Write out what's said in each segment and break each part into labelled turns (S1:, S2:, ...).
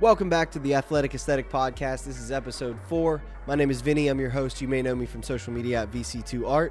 S1: Welcome back to the Athletic Aesthetic Podcast. This is episode four. My name is Vinny. I'm your host. You may know me from social media at VC2Art.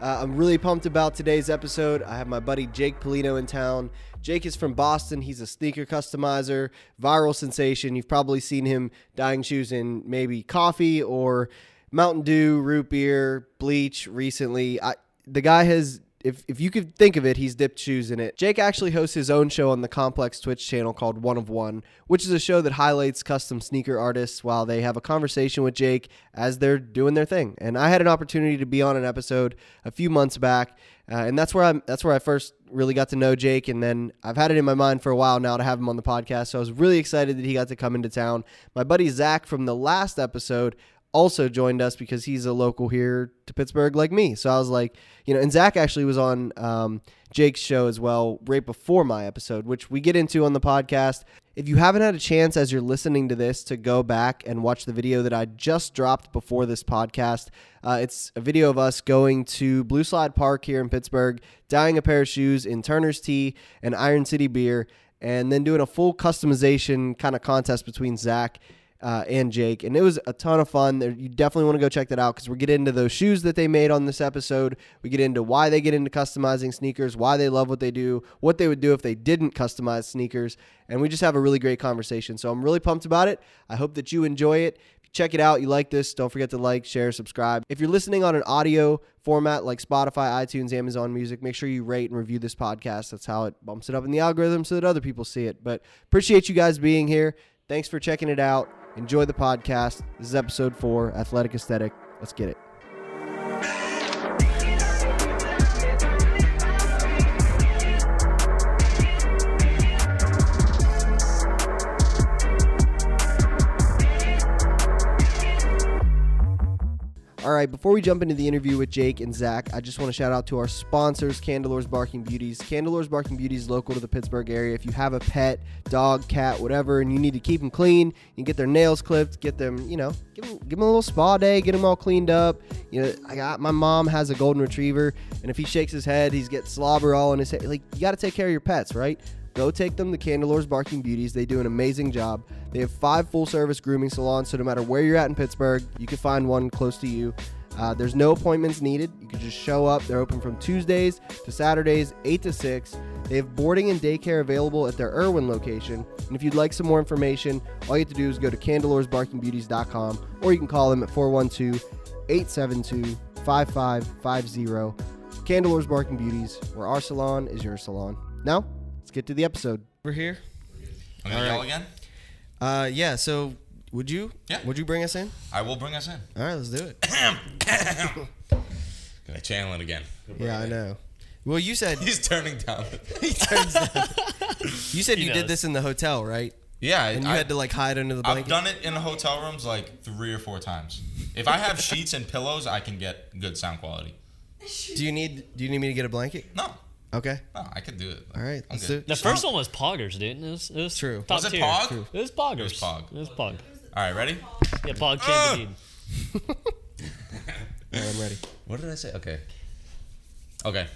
S1: Uh, I'm really pumped about today's episode. I have my buddy Jake Polino in town. Jake is from Boston. He's a sneaker customizer, viral sensation. You've probably seen him dyeing shoes in maybe coffee or Mountain Dew, root beer, bleach recently. I, the guy has if if you could think of it, he's dipped shoes in it. Jake actually hosts his own show on the Complex Twitch channel called One of One, which is a show that highlights custom sneaker artists while they have a conversation with Jake as they're doing their thing. And I had an opportunity to be on an episode a few months back, uh, and that's where I that's where I first really got to know Jake. And then I've had it in my mind for a while now to have him on the podcast. So I was really excited that he got to come into town. My buddy Zach from the last episode also joined us because he's a local here to Pittsburgh, like me. So I was like, you know, and Zach actually was on um, Jake's show as well right before my episode, which we get into on the podcast. If you haven't had a chance as you're listening to this to go back and watch the video that I just dropped before this podcast, uh, it's a video of us going to Blue Slide Park here in Pittsburgh, dyeing a pair of shoes in Turner's Tea and Iron City Beer, and then doing a full customization kind of contest between Zach uh, and Jake, and it was a ton of fun. There, you definitely want to go check that out because we get into those shoes that they made on this episode. We get into why they get into customizing sneakers, why they love what they do, what they would do if they didn't customize sneakers, and we just have a really great conversation. So I'm really pumped about it. I hope that you enjoy it. Check it out. You like this? Don't forget to like, share, subscribe. If you're listening on an audio format like Spotify, iTunes, Amazon Music, make sure you rate and review this podcast. That's how it bumps it up in the algorithm so that other people see it. But appreciate you guys being here. Thanks for checking it out. Enjoy the podcast. This is episode four, Athletic Aesthetic. Let's get it. All right, before we jump into the interview with Jake and Zach, I just want to shout out to our sponsors, Candelore's Barking Beauties. Candelore's Barking Beauties local to the Pittsburgh area. If you have a pet, dog, cat, whatever, and you need to keep them clean, you get their nails clipped, get them, you know, give them, give them a little spa day, get them all cleaned up. You know, I got my mom has a golden retriever, and if he shakes his head, he's got slobber all in his head. Like you got to take care of your pets, right? Go take them to Candelore's Barking Beauties. They do an amazing job. They have five full service grooming salons, so no matter where you're at in Pittsburgh, you can find one close to you. Uh, there's no appointments needed. You can just show up. They're open from Tuesdays to Saturdays, 8 to 6. They have boarding and daycare available at their Irwin location. And if you'd like some more information, all you have to do is go to candeloresbarkingbeauties.com or you can call them at 412 872 5550. Candelore's Barking Beauties, where our salon is your salon. Now, let's get to the episode.
S2: We're here.
S3: I'm gonna
S2: All
S3: yell
S2: right.
S3: again.
S1: Uh, yeah. So, would you?
S3: Yeah.
S1: Would you bring us in?
S3: I will bring us in.
S1: All right, let's do it.
S3: Gonna channel it again.
S1: yeah, I know.
S2: Well, you said
S3: He's turning down.
S1: You said
S2: He
S1: you did
S2: knows.
S1: this in the hotel, right?
S3: yeah, I,
S1: And you
S3: I,
S1: had to like hide under the
S3: I've
S1: blanket.
S3: done it in hotel rooms like three or four times. If I have sheets and pillows, I can get good sound quality.
S1: Do you need? Do you need me to get a blanket?
S3: No,
S1: Okay.
S3: no, I could do it.
S1: All right.
S3: I'm
S1: Let's do
S3: good.
S1: it.
S4: The first one was Poggers, dude. It was, it was
S1: True.
S4: Top
S3: Was it
S4: tier.
S3: Pog?
S4: It was Poggers. It
S3: was Pog.
S4: It was Pog.
S3: All right, ready?
S4: Yeah, Pog
S3: Ah!
S4: changed
S1: All right, I'm ready.
S3: What did I say? Okay. Okay.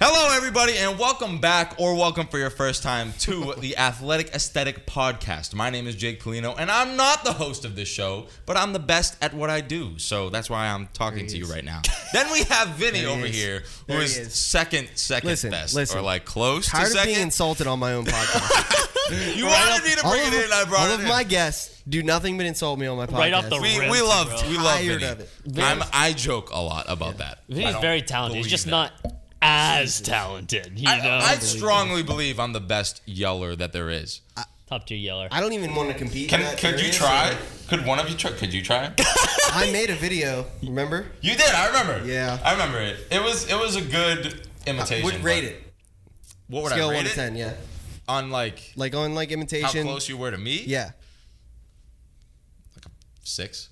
S3: Hello, everybody, and welcome back, or welcome for your first time to the Athletic Aesthetic Podcast. My name is Jake Polino, and I'm not the host of this show, but I'm the best at what I do. So that's why I'm talking to you right now. then we have Vinny over
S1: he is.
S3: here, who
S1: There
S3: is,
S1: he is.
S3: second, second
S1: Listen,
S3: best,
S1: listen.
S3: or like close to
S1: Tired of being
S3: second.
S1: insulted on my own podcast.
S3: you wanted me to
S1: all
S3: bring
S1: of,
S3: it in, I brought
S1: all
S3: it
S1: of
S3: in.
S1: my guests do nothing but insult me on my podcast.
S4: Right off the
S3: we,
S4: ribs,
S3: we love
S4: bro.
S3: we love
S1: Tired
S3: Vinny.
S1: of it.
S3: I'm, I joke a lot about that.
S4: in.
S3: I
S4: He's
S3: don't
S4: very talented. He's
S3: believe
S4: just
S3: that.
S4: not as talented. You know,
S3: I, I strongly believe I'm the best yeller that there is.
S4: top tier yeller.
S1: I don't even want to compete. in
S3: Can,
S1: that
S3: could you
S1: area,
S3: try? Could one of you try? Could you try?
S1: so- I made a video. Remember?
S3: you did. I remember.
S1: Yeah.
S3: I remember it. It was it was a good imitation.
S1: Would
S3: but-
S1: rate it.
S3: What would
S1: Scale
S3: I rate
S1: one to
S3: it?
S1: ten. Yeah.
S3: On like
S1: Like on like
S3: how
S1: imitation.
S3: close you were to me?
S1: Yeah.
S3: Six.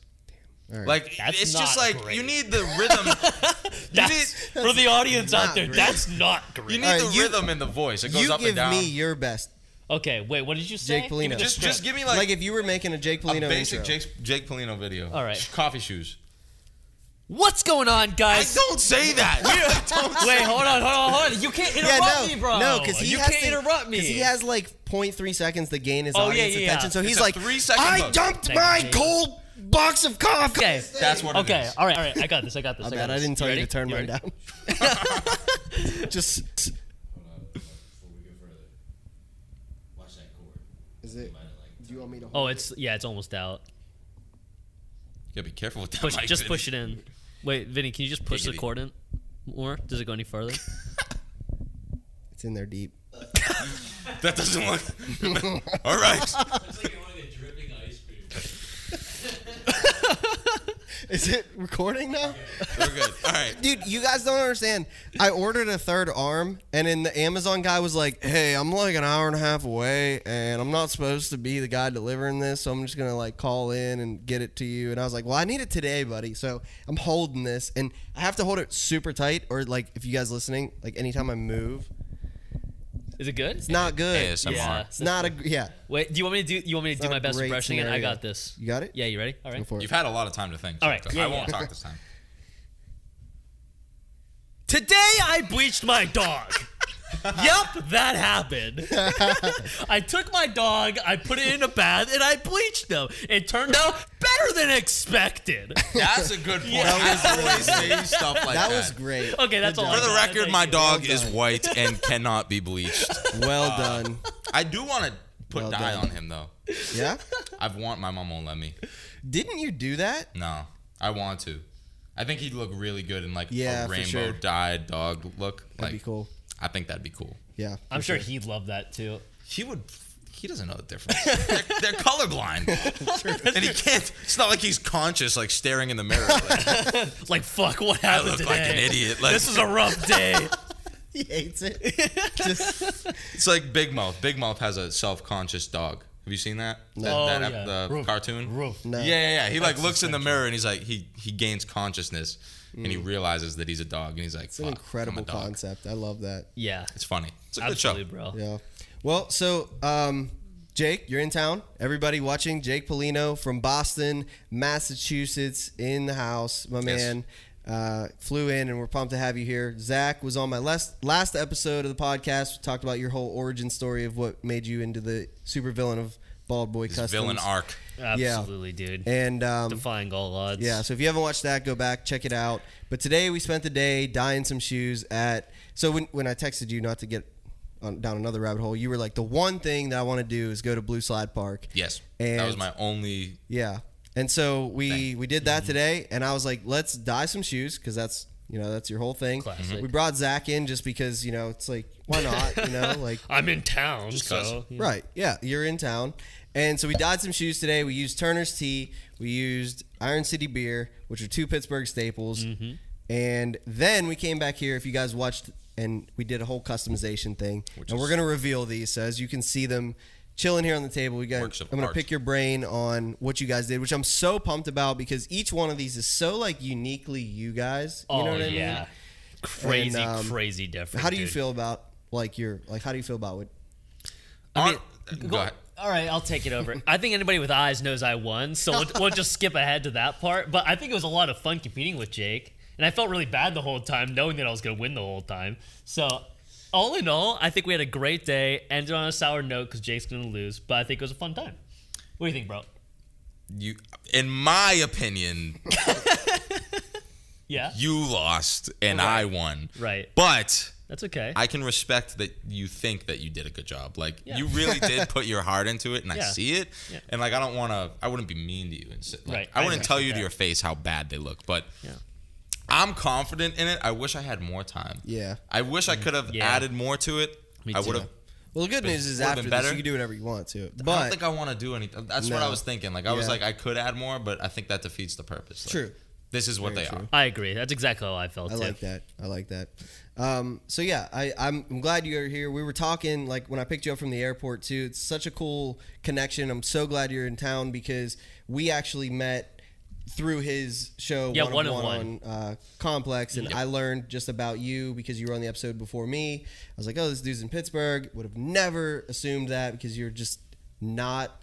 S1: All right.
S3: Like
S4: That's
S3: it's just
S4: not
S3: like
S4: great.
S3: you need the rhythm. you need
S4: That's, for the audience out there,
S1: great.
S4: that's not great.
S3: you need
S1: Alright,
S3: the
S1: you-
S3: rhythm in the voice. It goes
S1: you
S3: up
S1: give
S3: and down.
S1: me your best,
S4: okay, wait, what did you say?
S1: Jake
S4: Give me
S1: Polino.
S4: the
S3: just just
S4: script.
S3: give me
S1: Like,
S3: like,
S1: if you were making a Jake
S3: a
S1: Polino
S3: basic
S1: intro.
S3: Jake Jake Polino video.
S4: Alright.
S3: Sh- Coffee shoes.
S5: What's going on,
S3: I
S5: guys?
S3: don't say that. Don't say
S4: Wait, hold on, hold on, hold on. You can't interrupt
S1: no,
S4: me, bro.
S1: no, because he
S4: you
S1: has
S4: can't
S1: to,
S4: interrupt me.
S1: 'cause He has like 0.3 seconds to gain his
S4: Oh, yeah,
S1: audience
S4: yeah, yeah.
S1: attention. So
S3: It's
S1: he's
S3: a
S1: like,
S3: three-second
S1: I
S3: hook."
S1: dumped
S4: Thank
S1: my
S4: you.
S1: cold box of coffee.
S4: Okay.
S3: That's what it
S4: okay.
S3: is.
S4: All right. All right. I got this. I got this.
S1: I,
S4: I, got
S1: bet I
S4: this.
S1: didn't tell you to
S4: ready?
S1: turn mine
S4: ready?
S1: down. Just is it? Do you want me to?
S4: Oh, it's yeah. It's almost out.
S3: Yeah, be careful with that.
S4: Push.
S3: mic,
S4: just
S3: Vinny.
S4: push it in. Wait, Vinny. Can you just push
S3: Take it
S4: the
S3: easy.
S4: cord in more? Does it go any further?
S1: It's in there deep.
S3: That doesn't look. All right.
S1: Is it recording now?
S3: We're good. All right.
S1: Dude, you guys don't understand. I ordered a third arm, and then the Amazon guy was like, "Hey, I'm like an hour and a half away, and I'm not supposed to be the guy delivering this, so I'm just gonna like call in and get it to you." And I was like, "Well, I need it today, buddy." So I'm holding this, and I have to hold it super tight, or like if you guys listening, like anytime I move,
S4: Is it good?
S1: it's not good.
S3: ASMR.
S4: Yeah.
S1: It's not a yeah.
S4: Wait. Do you want me to do? You want me to do
S1: not
S4: my
S1: a
S4: best
S1: great
S4: impression again? I
S1: scenario.
S4: got this.
S1: You got it?
S4: Yeah. You ready? All
S1: Go
S4: right.
S1: for it.
S3: You've had a lot of time to think. so
S4: All right, yeah,
S3: I won't
S4: yeah.
S3: talk this time.
S4: Today I bleached my dog. yep, that happened. I took my dog, I put it in a bath, and I bleached them. It turned out better than expected.
S3: That's a good point.
S1: That
S3: I always say stuff like that.
S1: That was great.
S4: Okay, that's all.
S3: For the
S4: I got.
S3: record,
S4: Thank
S3: my
S4: you.
S3: dog is
S1: done.
S3: white and cannot be bleached.
S1: Well done.
S3: I do want to put
S1: Well
S3: dye
S1: done.
S3: on him though.
S1: Yeah.
S3: I want my mom won't let me.
S1: Didn't you do that?
S3: No, I want to. I think he'd look really good in like
S1: Yeah,
S3: a
S1: for
S3: rainbow
S1: sure.
S3: dyed dog look.
S1: That'd
S3: like,
S1: be cool.
S3: I think that'd be cool.
S1: Yeah.
S4: I'm sure he'd love that too.
S3: He would. He doesn't know the difference. they're, they're colorblind, and he can't. It's not like he's conscious, like staring in the mirror. Like,
S4: Like, fuck, what
S3: I
S4: happened
S3: look
S4: today?
S3: like an idiot. Like
S4: This is a rough day.
S1: He hates it. Just
S3: it's like Big Mouth. Big Mouth has a self-conscious dog. Have you seen that?
S1: No.
S3: That,
S4: Oh,
S3: that ep-
S4: yeah.
S3: the
S4: Roof.
S3: cartoon.
S1: no.
S3: Yeah, yeah, yeah. He like looks in the mirror and he's like he he gains consciousness and
S4: Mm.
S3: he realizes that he's a dog and he's like
S1: It's an incredible
S3: concept.
S1: concept. I love that.
S4: Yeah,
S3: It's funny. It's a good show.
S4: absolutely, bro.
S1: Yeah. Well, so um, Jake, you're in town. Everybody watching Jake Polino from Boston, Massachusetts, in the house. My man uh, flew in, and we're pumped to have you here. Zach was on my last last episode of the podcast. We talked about your whole origin story of what made you into the supervillain of Bald Boy
S3: His
S1: Customs.
S3: villain arc.
S4: Absolutely, dude.
S1: And um,
S4: Defying all odds.
S1: Yeah, so if you haven't watched that, go back, check it out. But today we spent the day dyeing some shoes at. So when, when I texted you not to get on, down another rabbit hole, you were like, the one thing that I want to do is go to Blue Slide Park.
S3: Yes,
S1: And-
S3: that was my only.
S1: Yeah. And so we we did that today, and I was like, let's dye some shoes because that's you know that's your whole thing.
S4: Classic.
S1: We brought Zach in just because you know it's like why not you know like
S4: I'm in town,
S3: 'cause.
S4: so you know.
S1: Right. Yeah. You're in town. And so we dyed some shoes today. We used Turner's Tea. We used Iron City Beer, which are two Pittsburgh staples. And then we came back here. If you guys watched, and we did a whole customization thing. and we're
S3: is-
S1: going to reveal these. So as you can see them chilling here on the table, we got,
S3: Works of
S1: I'm going to
S3: art.
S1: pick your brain on what you guys did, which I'm so pumped about because each one of these is so like uniquely you guys. You
S4: Oh
S1: know what I
S4: yeah,
S1: mean?
S4: crazy,
S1: And, um,
S4: crazy different.
S1: How do you
S4: dude.
S1: feel about like your, like, how do you feel about what?
S3: I
S4: Go- all right, I'll take it over. I think anybody with eyes knows I won, so we'll, we'll just skip ahead to that part. But I think it was a lot of fun competing with Jake, and I felt really bad the whole time, knowing that I was going to win the whole time. So, all in all, I think we had a great day. Ended on a sour note because Jake's going to lose, but I think it was a fun time. What do you think, bro?
S3: You, in my opinion,
S4: Yeah,
S3: you lost and I won.
S4: Right.
S3: But
S4: that's okay.
S3: I can respect that you think that you did a good job. Like
S4: Yeah.
S3: you really did put your heart into it, and I
S4: Yeah.
S3: see it.
S4: Yeah.
S3: And like I don't want to. I wouldn't be mean to you. And say, like,
S4: Right.
S3: I
S4: I
S3: wouldn't tell you to
S4: understand
S3: your face how bad they look, but.
S4: Yeah.
S3: I'm confident in it. I wish I had more time.
S1: Yeah.
S3: I wish I could have
S4: Yeah.
S3: added more to it.
S4: Me
S3: I
S4: too.
S3: would have.
S1: Well, the good news is
S3: would've
S1: after
S3: been
S1: this,
S3: better.
S1: you can do whatever you want to. But
S3: I don't think I want to do anything. That's what
S1: No.
S3: I was thinking. Like I was
S1: Yeah.
S3: like I could add more, but I think that defeats the purpose. Like,
S1: True.
S3: This is what
S1: Very
S3: they
S1: true.
S3: are.
S4: I agree. That's exactly how I felt.
S1: I
S4: too.
S1: like that. I like that. Um, so yeah, I, I'm, I'm glad you're here. We were talking like when I picked you up from the airport too. It's such a cool connection. I'm so glad you're in town because we actually met through his show
S4: Yeah,
S1: one, of
S4: One of
S1: one,
S4: One.
S1: on uh, complex and i learned just about you because you were on the episode before me i was like oh this dude's in pittsburgh would have never assumed that because you're just not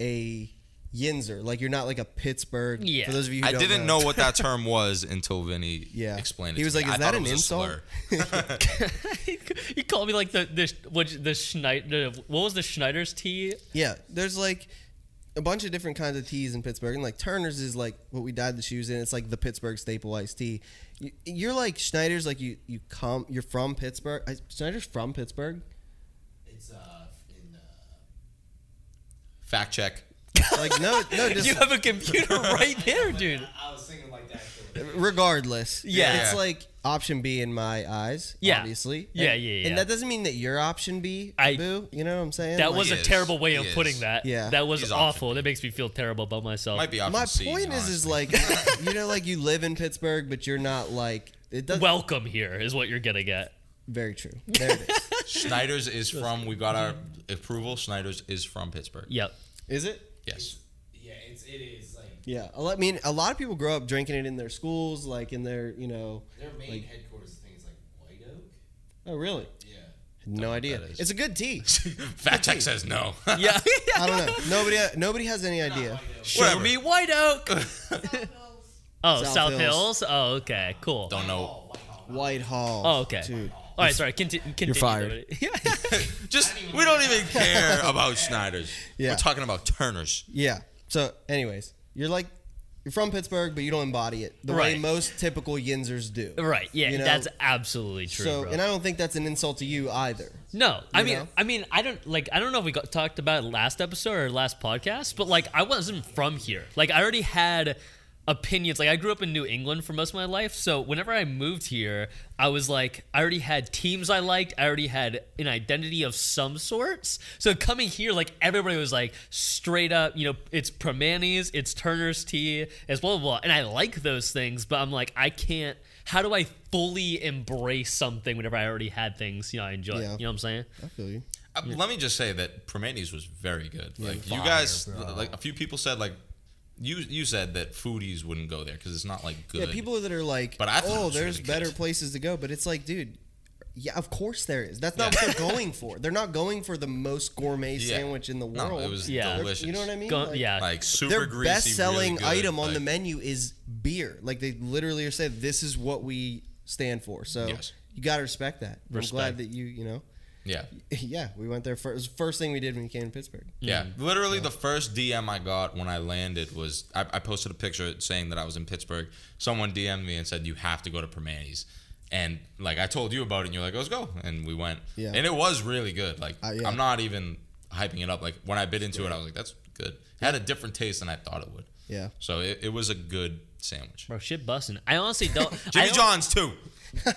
S1: a Yinzer. Like you're not like a Pittsburgh.
S4: Yeah.
S1: For those of you who
S3: I
S1: don't
S3: didn't
S1: know
S3: know what that term was until Vinny
S1: Yeah.
S3: explained
S1: He
S3: it. to
S1: was
S3: me.
S1: like,
S3: I
S1: "Is
S3: thought
S1: that
S3: it
S1: an
S3: was a
S1: insult?"
S3: slur.
S4: you called me like the the what the Schneider. What was the Schneider's tea?
S1: Yeah, there's like a bunch of different kinds of teas in Pittsburgh, and like Turner's is like what we dyed the shoes in. It's like the Pittsburgh staple iced tea. You, you're like Schneider's, like you you come, you're from Pittsburgh. I, Schneider's from Pittsburgh.
S6: It's uh, in, uh,
S3: Fact check.
S1: Like no, no, just
S4: You have a computer right there, dude.
S6: I was thinking like that. Too.
S1: regardless.
S4: Yeah.
S1: it's like option B in my eyes.
S4: Yeah.
S1: obviously.
S4: Yeah,
S1: And-
S4: yeah, yeah.
S1: And that doesn't mean that you're option B.
S4: I-
S1: boo. You know what I'm saying?
S4: That
S1: Like,
S4: was a
S3: is.
S4: terrible way of
S3: He
S4: putting
S3: is.
S4: that.
S1: Yeah.
S4: That was
S3: He's
S4: awful.
S3: option
S4: That makes me feel terrible about myself.
S3: Might be option
S1: my
S3: C,
S1: point is, is
S3: honestly.
S1: like you know, like you live in Pittsburgh, but you're not like it doesn't.
S4: Welcome here is what you're gonna get.
S1: very true. There it is.
S3: Schneider's is from. We got our approval. Schneider's is from Pittsburgh.
S4: Yep.
S1: Is it?
S3: Yes.
S6: Yeah, it's it is like
S1: Yeah, a lot- I mean, a lot of people grow up drinking it in their schools, like in their, you know.
S6: their main
S1: Like-
S6: headquarters thing is like White Oak.
S1: Oh, really?
S6: Yeah.
S1: No idea.
S3: that is.
S1: It's a good tea.
S3: Fact check says no.
S4: Yeah.
S1: I don't know. Nobody, uh, nobody has any idea.
S6: White Oak.
S4: Show me White Oak. oh,
S1: South
S4: South,
S1: Hills.
S4: Hills. Oh, okay. Cool.
S3: Don't know.
S6: Oh, White Oak.
S1: Whitehall.
S4: Oh, okay.
S1: Dude.
S4: All right, sorry. Conti- continue.
S1: fired.
S3: Just we don't even care about Schneider's.
S1: Yeah.
S3: We're talking about Turner's.
S1: Yeah. So, anyways, you're like, you're from Pittsburgh, but you don't embody it the way
S4: Right.
S1: most typical Yinzers do.
S4: right. Yeah,
S1: You know?
S4: that's absolutely true.
S1: so,
S4: bro.
S1: and I don't think that's an insult to you either.
S4: No, I
S1: You
S4: mean,
S1: know?
S4: I mean, I don't like. I don't know if we got, talked about it last episode or last podcast, but like, I wasn't from here. Like, I already had opinions. Like, I grew up in New England for most of my life, so whenever I moved here, I was like, I already had teams I liked. I already had an identity of some sorts. So coming here, like everybody was like straight up, you know, it's Primanti's, it's Turner's tea, as blah blah blah, and I like those things, but I'm like, I can't. How do I fully embrace something whenever I already had things, you know, I enjoy?
S1: Yeah.
S4: You know what I'm saying?
S1: I feel you.
S3: Uh, Let me just say that Primanti's was very good. Like you
S1: fire,
S3: guys, like a few people said, like you you said that foodies wouldn't go there because it's not like good.
S1: Yeah, people that are like,
S3: But I thought it
S1: oh,
S3: was
S1: there's
S3: really
S1: better
S3: good.
S1: places to go, but it's like, dude, yeah, of course there is. That's not what they're going for. They're not going for the most gourmet
S3: Yeah.
S1: sandwich in the
S3: No,
S1: world.
S3: it was
S4: Yeah.
S3: delicious.
S1: You know what I mean?
S4: Go-
S1: Like,
S4: yeah,
S3: Like super
S1: Their
S3: greasy,
S1: best selling
S3: really good,
S1: item on
S3: like-
S1: the menu is beer. Like they literally are saying, this is what we stand for. So
S3: Yes.
S1: you gotta respect that. I'm glad
S4: Respect.
S1: that you, you know,
S3: Yeah.
S1: yeah, we went there first. It was the first thing we did when we came to Pittsburgh.
S3: Yeah, literally the first DM I got when I landed was I, I posted a picture saying that I was in Pittsburgh. Someone DM'd me and said you have to go to Permanis, and like I told you about it, and you're like, let's go, and we went.
S1: Yeah.
S3: and it was really good. Like
S1: Uh, yeah.
S3: I'm not even hyping it up. Like when I bit into it, I was like, that's good. It had a different taste than I thought it would.
S1: Yeah.
S3: So it, it was a good sandwich.
S4: Bro, shit busting. I honestly don't. I
S3: Jimmy
S4: don't-
S3: John's too.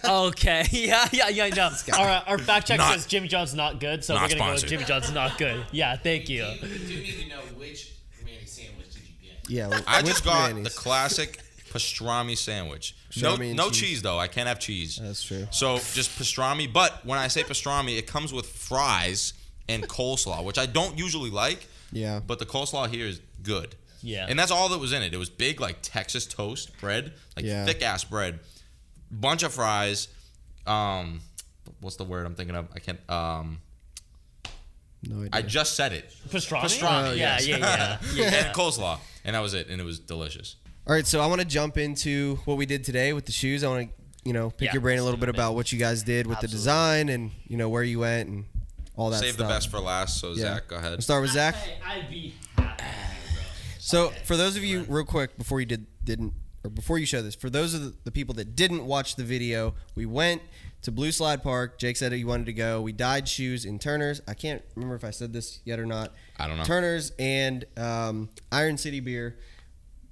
S4: Okay. Yeah, yeah, yeah, I know. All right, our fact check
S3: Not-
S4: says Jimmy John's not good, so we're
S3: Not
S4: going to go with
S3: sponsored.
S4: Jimmy John's not good. Yeah, thank you.
S6: Do you do need to know which Manny sandwich did you get?
S1: Yeah, well,
S3: I
S1: with
S3: just got
S1: Manny's.
S3: the classic pastrami sandwich. no
S1: Pastrami and
S3: no
S1: cheese.
S3: cheese. though. I can't have cheese.
S1: That's true.
S3: So just pastrami. But when I say pastrami, it comes with fries and coleslaw, which I don't usually like.
S1: Yeah.
S3: But the coleslaw here is good.
S4: Yeah.
S3: And that's all that was in it. It was big like Texas toast bread, like
S1: Yeah.
S3: thick ass bread, bunch of fries. Um, what's the word I'm thinking of? I can't. Um,
S1: no idea.
S3: I just said it.
S4: Pastrami?
S3: Pastrami,
S4: yeah,
S3: Oh, yes.
S4: yeah, yeah, yeah.
S3: And coleslaw, and that was it, and it was delicious.
S1: All right, so I want to jump into what we did today with the shoes. I want to, you know, pick
S4: Yeah,
S1: your brain a
S4: let's
S1: little
S4: do
S1: bit
S4: it, man.
S1: about what you guys did with the design and you know where you went and all that.
S3: Save
S1: stuff.
S3: the best for last. So
S1: Yeah.
S3: Zach, go ahead.
S1: We'll start with Zach.
S4: I'd be happy.
S1: So for those of you, real quick, before you did didn't or before you show this, for those of the, the people that didn't watch the video, we went to Blue Slide Park. Jake said he wanted to go. We dyed shoes in Turner's. I can't remember if I said this yet or not.
S3: I don't know.
S1: Turner's and um, Iron City beer.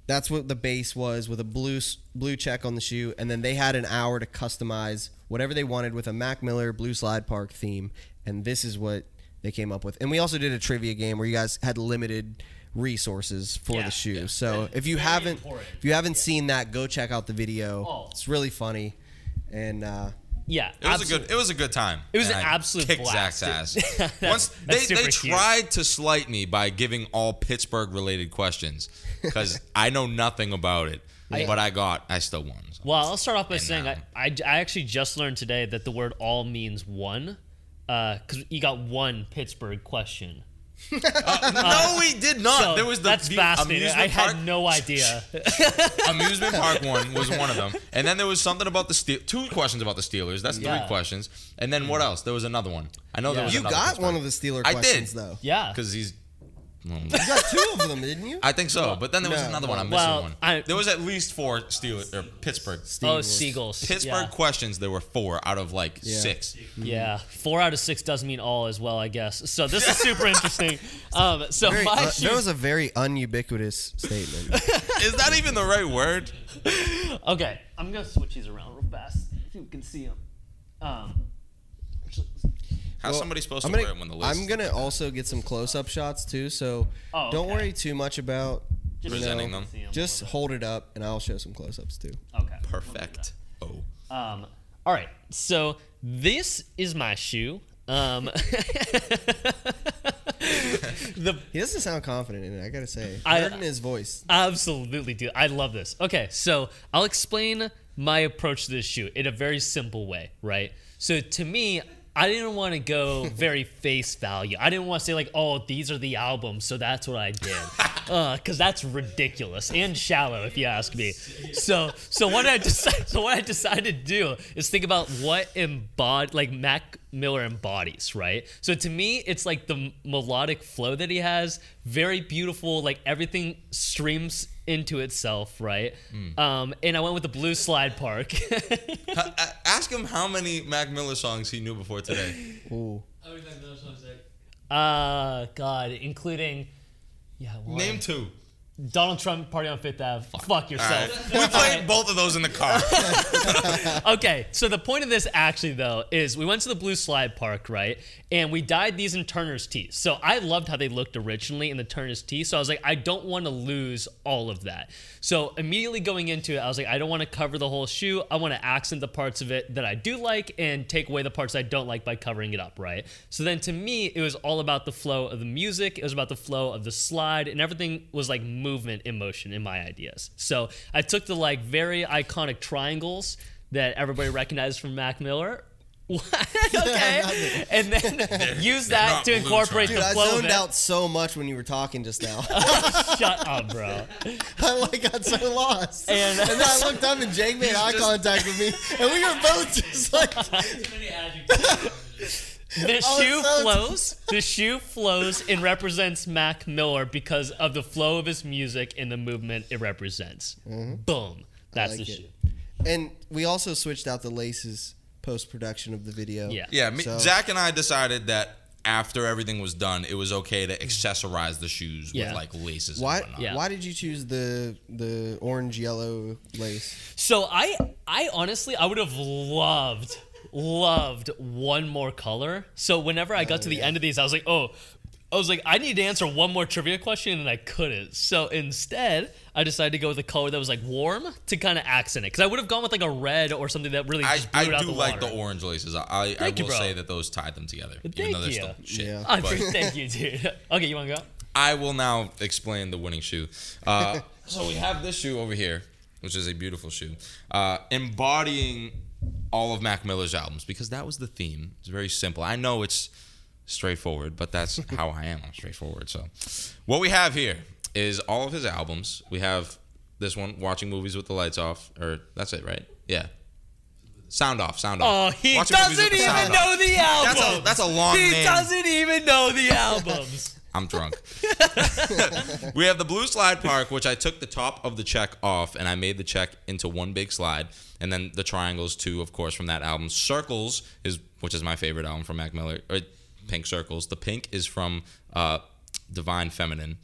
S1: That's what the base was with a blue s- blue check on the shoe, and then they had an hour to customize whatever they wanted with a Mac Miller Blue Slide Park theme, and this is what they came up with. And we also did a trivia game where you guys had limited resources for
S4: Yeah.
S1: the shoe. So
S4: And
S1: if you
S4: very
S1: haven't
S4: important.
S1: if you haven't seen that, go check out the video.
S4: Oh.
S1: It's really funny, and uh,
S4: Yeah.
S3: It was a good. It was a good time. It
S4: was an absolute
S3: kicked
S4: blast.
S3: Zach's ass.
S4: That's-
S3: Once they,
S4: that's super
S3: they
S4: cute.
S3: tried to slight me by giving all Pittsburgh related questions because I know nothing about it, but I got. I still won. so.
S4: Well, I'll start off by
S3: And,
S4: saying I,
S3: um,
S4: I, I actually just learned today uh, that the word all means one because you got one Pittsburgh question.
S3: no, we did not.
S4: So
S3: there was the
S4: that's
S3: the
S4: fascinating.
S3: amusement
S4: I
S3: park.
S4: had no idea.
S3: amusement park one was one of them, and then there was something about the Steel. Two questions about the Steelers. That's
S4: Yeah. Mm.
S3: three questions, and then what else? There was another one. I know there
S4: Yeah.
S3: was.
S4: You
S3: another
S1: got
S3: question.
S1: one of the Steeler
S3: I
S1: questions
S3: did.
S1: though.
S4: yeah.
S3: because he's.
S1: You got two of them, didn't you?
S3: I think so, but then there was
S1: No.
S3: another one. I'm missing
S4: Well,
S3: one.
S4: I-
S3: there was at least four Steelers or Pittsburgh.
S4: Oh, seagulls.
S3: Pittsburgh
S4: Yeah.
S3: questions. There were four out of like
S1: Yeah.
S3: six.
S4: Yeah,
S3: Mm-hmm.
S4: four out of six doesn't mean all as well, I guess. So this is super interesting. Um, so
S1: Very-
S4: my
S1: uh,
S4: shoes,
S1: that was a very unubiquitous statement.
S3: Is that even the right word?
S4: okay, I'm gonna switch these around real fast. See if we can see them. Um, actually-
S3: How's
S1: Well,
S3: somebody supposed to
S1: I'm gonna,
S3: wear it when the list?
S1: I'm gonna also get some close-up shots too, so
S4: Oh,
S1: don't
S4: okay.
S1: worry too much about
S4: Just-
S1: you know,
S3: Presenting them.
S4: See 'em a
S1: Just
S4: little
S1: hold it up, and I'll show some close-ups too.
S4: okay, we'll do that.
S3: perfect? Oh,
S4: Um, all right, so this is my shoe. Um, the
S1: He doesn't sound confident in it. I gotta say,
S4: I-
S1: I heard in his voice.
S4: Absolutely, dude. I love this. Okay, so I'll explain my approach to this shoot in a very simple way, right? So to me, I didn't want to go very face value. I didn't want to say like, "Oh, these are the albums," so that's what I did, because Uh, that's ridiculous and shallow, if you ask me. So, so what I decided, so what I decided to do is think about what embody, like Mac Miller embodies, right? So to me, it's like the m- melodic flow that he has, very beautiful, like everything streams into itself, right?
S3: Hmm.
S4: Um, and I went with the Blue Slide Park.
S3: Ha- a- ask him how many Mac Miller songs he knew before today.
S1: Ooh.
S4: uh, God, including, yeah, one.
S3: Name two.
S4: Donald Trump party on Fifth Ave. Fuck
S3: All right.
S4: yourself.
S3: we played both of those in the car.
S4: okay, so the point of this actually though is we went to the Blue Slide Park, right? And we dyed these in Turner's tea. So I loved how they looked originally in the Turner's tea. So I was like, I don't want to lose all of that. So immediately going into it, I was like, I don't want to cover the whole shoe. I want to accent the parts of it that I do like and take away the parts I don't like by covering it up, right? So then to me, it was all about the flow of the music. It was about the flow of the slide, and everything was like movement in motion in my ideas. So I took the like very iconic triangles that everybody recognizes from Mac Miller. okay, and then use that
S3: not
S4: to
S3: blue triangles.
S4: incorporate
S1: Dude,
S4: the
S1: I
S4: flow of
S1: zoned
S4: it.
S1: out so much when you were talking just now.
S4: Shut up, bro.
S1: I like got so lost.
S4: And-
S1: And, then I looked up and Jake made eye
S3: just-
S1: contact with me, and we were both just like,
S4: The shoe
S1: so it's-
S4: flows. The shoe flows and represents Mac Miller because of the flow of his music and the movement it represents. Boom. That's
S1: Mm-hmm. like
S4: the
S1: it.
S4: shoe.
S1: and we also switched out the laces post production of the video.
S4: Yeah.
S3: yeah, me,
S1: So-
S3: Zach and I decided that after everything was done, it was okay to accessorize the shoes
S4: Yeah.
S3: with like laces.
S1: Why?
S3: And whatnot.
S4: Yeah.
S1: Why did you choose the the orange yellow lace?
S4: So I I honestly I would have loved loved one more color. So whenever I got to the end of these, I was like, oh, I was like, I need to answer one more trivia question, and I couldn't. So instead, I decided to go with a color that was like warm to kind of accent it, because I would have gone with like a red or something that really
S3: I,
S4: just blew
S3: I
S4: it out
S3: do
S4: the
S3: like
S4: water.
S3: the orange laces. I I, I
S4: Thank you,
S3: will
S4: bro.
S3: say that those tied them together, even
S4: Thank
S3: though they're
S4: you.
S3: still shit.
S1: Yeah.
S4: I
S3: but-
S4: appreciate- thank you, dude. Okay, you want to go?
S3: I will now explain the winning shoe. Uh, so we have this shoe over here, which is a beautiful shoe, uh, embodying all of Mac Miller's albums because that was the theme. It's very simple. I know it's straightforward, but that's how I am. I'm straightforward. So what we have here is all of his albums. We have this one, Watching Movies with the Lights Off, or that's it, right? Yeah. Sound off, sound
S4: Oh,
S3: off.
S4: he
S3: Watching Movies with
S4: doesn't
S3: the Sound
S4: even
S3: Off.
S4: know the album.
S3: That's a, that's a long
S4: he
S3: name.
S4: doesn't even know the albums.
S3: I'm drunk. we have the blue slide park, which I took the top of the check off and I made the check into one big slide. And then the triangles, too, of course, from that album. Circles is, which is my favorite album from Mac Miller, or Pink Circles. The pink is from uh, Divine Feminine,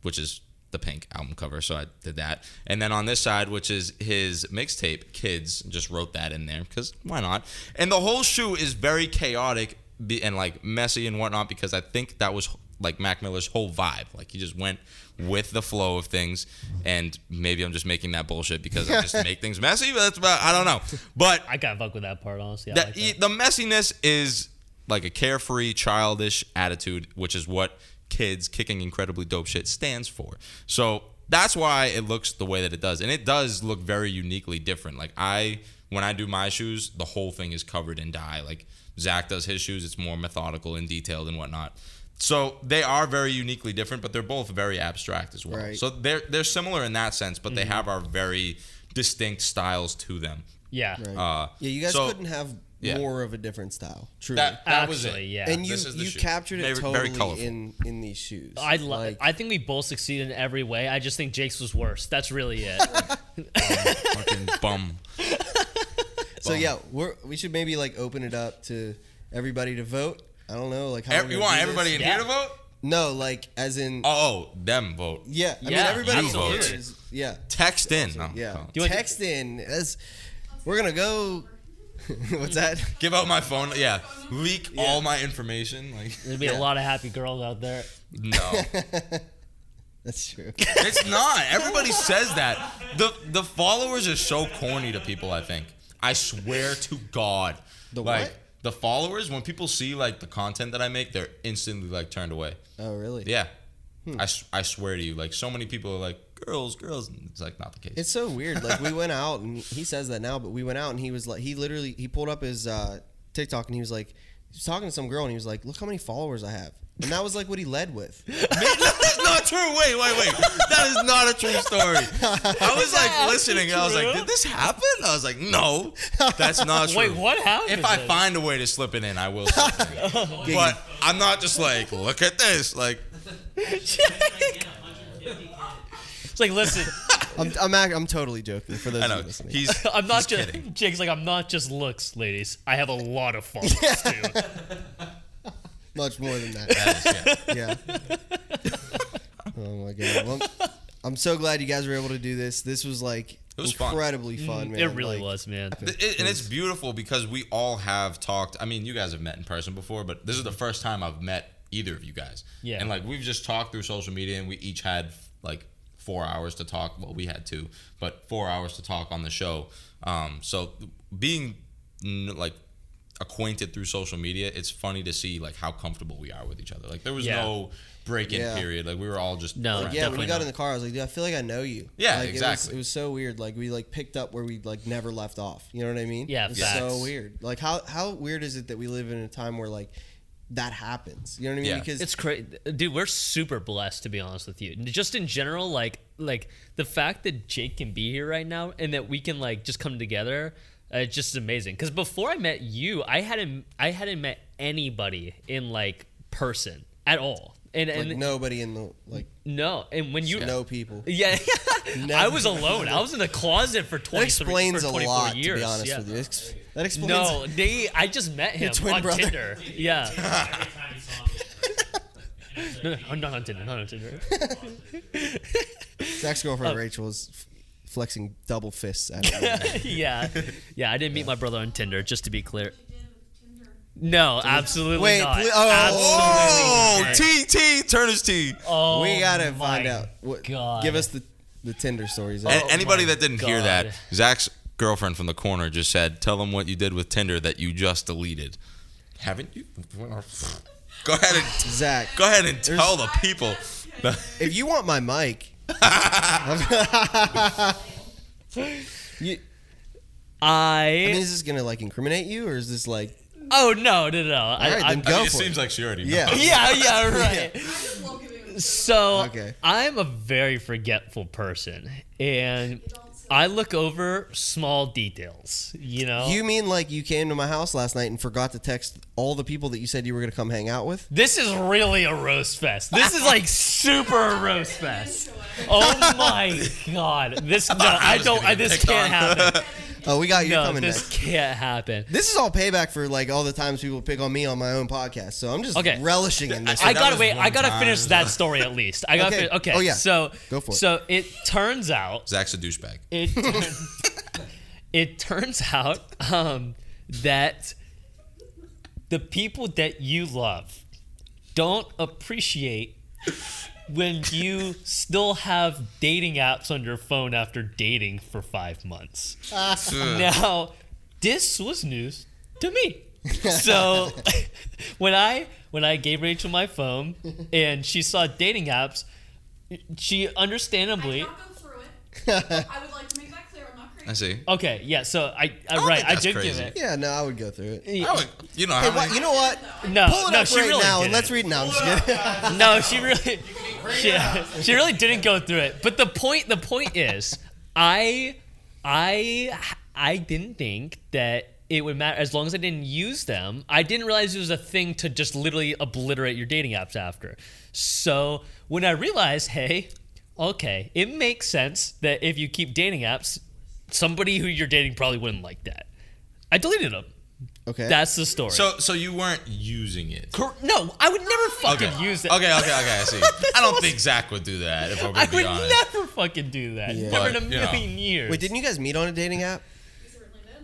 S3: which is the pink album cover. So I did that. And then on this side, which is his mixtape, Kids, just wrote that in there because why not? And the whole shoe is very chaotic be- and like messy and whatnot because I think that was like Mac Miller's whole vibe. Like he just went with the flow of things. And maybe I'm just making that bullshit because I just make things messy. But that's about, I don't know. But
S4: I can't fuck with that part, honestly. I
S3: that,
S4: like
S3: e- the messiness is like a carefree, childish attitude, which is what kids kicking incredibly dope shit stands for. So that's why it looks the way that it does, and it does look very uniquely different. Like I, when I do my shoes, the whole thing is covered in dye. Like Zach does his shoes; it's more methodical and detailed and whatnot. So they are very uniquely different, but they're both very abstract as well.
S1: Right. Mm-hmm.
S3: So they're they're similar in that sense, but they have our very distinct styles to them.
S4: Yeah.
S1: Right.
S3: Uh,
S1: yeah, you guys
S3: so
S1: couldn't have
S3: yeah.
S1: more of a different style. Truly.
S3: That, that was it.
S4: Actually, yeah.
S1: and you
S3: this is the
S1: you
S3: shoe.
S1: captured it
S3: Very- very
S1: totally
S3: colorful.
S1: in in these shoes.
S4: I love.
S1: Like,
S4: I think we both succeeded in every way. I just think Jake's was worse. That's really it.
S3: fucking bum.
S1: so yeah, we're, we should maybe like open it up to everybody to vote. I don't know, like how
S3: Ev-
S1: we're
S3: E- you
S1: gonna
S3: want
S1: do
S3: everybody
S1: this.
S3: in
S4: Yeah.
S3: here to vote?
S1: No, like as in
S3: Oh, oh, them vote.
S1: yeah. I
S4: Yeah,
S1: mean everybody
S3: absolutely.
S1: here is yeah.
S3: Text in. No, Oh.
S1: Yeah.
S3: no.
S4: you want to-
S1: Text in as we're gonna go. What's that?
S3: Give out my phone. Yeah. Leak all my information. Like
S4: There'd be a lot of happy girls out there.
S3: no.
S1: That's true.
S3: It's not. Everybody says that. The the followers are so corny to people, I think. I swear to God.
S1: The
S3: like
S1: what?
S3: the followers, when people see like the content that I make, they're instantly like turned away.
S1: Oh really?
S3: Yeah. I, s- I swear to you, like so many people are like girls, girls. And it's like not the case.
S1: It's so weird. Like we went out and he says that now, but we went out and he was like, he literally he pulled up his uh, TikTok and he was like, he was talking to some girl and he was like, look how many followers I have, and that was like what he led with.
S3: That's not true. Wait, wait, wait. That is not a true story. I was like listening. and I was like,
S4: true?
S3: did this happen? I was like, no, that's not true.
S4: Wait, what happened?
S3: If I find a way to slip it in, I will. slip it in. but I'm not just like, look at this. Like,
S4: it's like, listen,
S1: I'm I'm, act, I'm totally joking for those
S3: I
S1: of
S3: know
S1: you listening.
S3: he's.
S4: I'm not
S3: he's
S4: just.
S3: kidding.
S4: Jake's like, I'm not just looks, ladies. I have a lot of followers too.
S1: Much more than that.
S3: That is- yeah.
S1: Yeah. oh my god. Well, I'm so glad you guys were able to do this. This was like
S3: was fun.
S1: incredibly fun, man.
S4: Mm-hmm. It really
S1: Like,
S4: was, man.
S3: It- and it's beautiful because we all have talked. I mean, you guys have met in person before, but this is the first time I've met either of you guys.
S4: Yeah.
S3: And like we've just talked through social media, and we each had like four hours to talk. Well, we had two, but four hours to talk on the show. Um, so being mm, like acquainted through social media, it's funny to see like how comfortable we are with each other. Like there was
S4: Yeah.
S3: no break in
S1: Yeah.
S3: period. Like we were all just
S4: No,
S3: friends.
S1: Yeah, when we
S4: Definitely
S1: got
S4: not.
S1: in the car, I was like, dude, I feel like I know you. like,
S3: Yeah,
S1: It was,
S3: exactly.
S1: it was so weird. Like we like picked up where we like never left off. You know what I mean?
S4: Yeah,
S1: it's
S4: facts.
S1: so weird. Like how how weird is it that we live in a time where like that happens? You know what I mean?
S3: Yeah.
S1: Because
S4: It's crazy, dude. We're super blessed to be honest with you. Just in general, like like the fact that Jake can be here right now and that we can like just come together, uh, it's just amazing. Because before I met you, I hadn't I hadn't met anybody in like person at all, and
S1: like
S4: and no,
S1: nobody in the like
S4: and when you
S1: no people.
S4: yeah,
S1: No.
S4: I was alone. I was in the closet for
S1: That
S4: twenty.
S1: explains
S4: for
S1: a
S4: 24
S1: lot,
S4: years.
S1: to be honest
S4: yeah.
S1: with you. Ex- That explains.
S4: No, they. I just met him
S1: twin
S4: on
S1: brother.
S4: Tinder. Yeah.
S6: Every time he saw me,
S4: No, no, I'm not on Tinder. Not on Tinder.
S1: Zach's
S4: Uh,
S1: girlfriend Rachel is f- flexing double fists at me.
S4: yeah, yeah. I didn't meet my brother on Tinder, just to be clear. No, absolutely
S1: Wait,
S4: not.
S1: pl- oh.
S3: Oh,
S4: Absolutely
S3: T T Turner's T.
S4: not. Oh,
S1: we gotta find
S4: my
S1: out. What,
S4: God.
S1: Give us the the Tinder stories.
S3: And
S4: Oh
S3: anybody
S4: my
S3: that didn't hear that,
S4: God.
S3: Zach's girlfriend from the corner just said, "Tell them what you did with Tinder that you just deleted." Haven't you? Go ahead and
S1: Zach,
S3: go ahead and tell the people.
S1: if you want my mic, you,
S4: Oh I.
S1: I mean, is this gonna like incriminate you, or is this like
S4: oh no, no, no. no. I,
S1: All right,
S4: I-
S1: then
S3: I
S1: Go
S3: mean, it
S1: for it.
S3: seems like she already.
S1: Yeah.
S3: knows.
S4: yeah, yeah, right. So
S1: Okay.
S4: I'm a very forgetful person, and I look over small details. You know,
S1: you mean like you came to my house last night and forgot to text all the people that you said you were gonna come hang out with?
S4: This is really a roast fest. This is like super a roast fest. Oh my god. This no, I,
S3: was
S4: don't
S3: gonna
S4: I,
S3: get
S4: this
S3: picked
S4: can't
S3: on.
S4: happen.
S1: Oh, we got you
S4: No,
S1: coming
S4: this
S1: next.
S4: can't happen.
S1: This is all payback for like all the times people pick on me on my own podcast. So I'm just
S4: Okay.
S1: relishing in this.
S4: I
S3: that
S4: gotta
S3: was
S4: wait.
S3: one
S4: I gotta
S3: time.
S4: finish that story at least. I gotta
S1: Okay.
S4: okay. okay.
S1: Oh, yeah.
S4: So
S1: Go for it.
S4: So it turns out
S3: Zach's a douchebag.
S4: it turn- it turns out um, that the people that you love don't appreciate when you still have dating apps on your phone after dating for five months. Now, this was news to me. So when I when I gave Rachel my phone and she saw dating apps, she
S7: I did
S4: understandably
S7: not go through it. I would like to make that clear. I'm not
S3: I see.
S4: Okay, yeah. So I, I
S3: don't
S4: right,
S3: think
S4: I
S3: that's
S4: did give
S3: crazy.
S4: it.
S1: Yeah, no, I would go through it.
S3: I would, you know,
S1: Hey,
S3: how
S1: what-
S3: many-
S1: you know what?
S4: No,
S1: Pull it
S4: Uh, no,
S1: up
S4: she
S1: right
S4: really
S1: now and
S4: didn't.
S1: let's read. No, I'm just kidding.
S4: No, she really, she, she really didn't go through it. But the point, the point is, I, I, I didn't think that it would matter as long as I didn't use them. I didn't realize it was a thing to just literally obliterate your dating apps after. So when I realized, hey, okay, it makes sense that if you keep dating apps, somebody who you're dating probably wouldn't like that. I deleted them.
S1: Okay.
S4: That's the story.
S3: so so you weren't using it.
S4: Cor- no, I would never fucking
S3: Okay.
S4: use it.
S3: Okay, okay, okay. I see. I don't think Zach would do that. If I'm gonna
S4: I
S3: be
S4: would
S3: honest.
S4: never fucking do that.
S1: Yeah.
S4: Never in a
S3: But, you know.
S4: million years.
S1: Wait, didn't you guys meet on a dating app?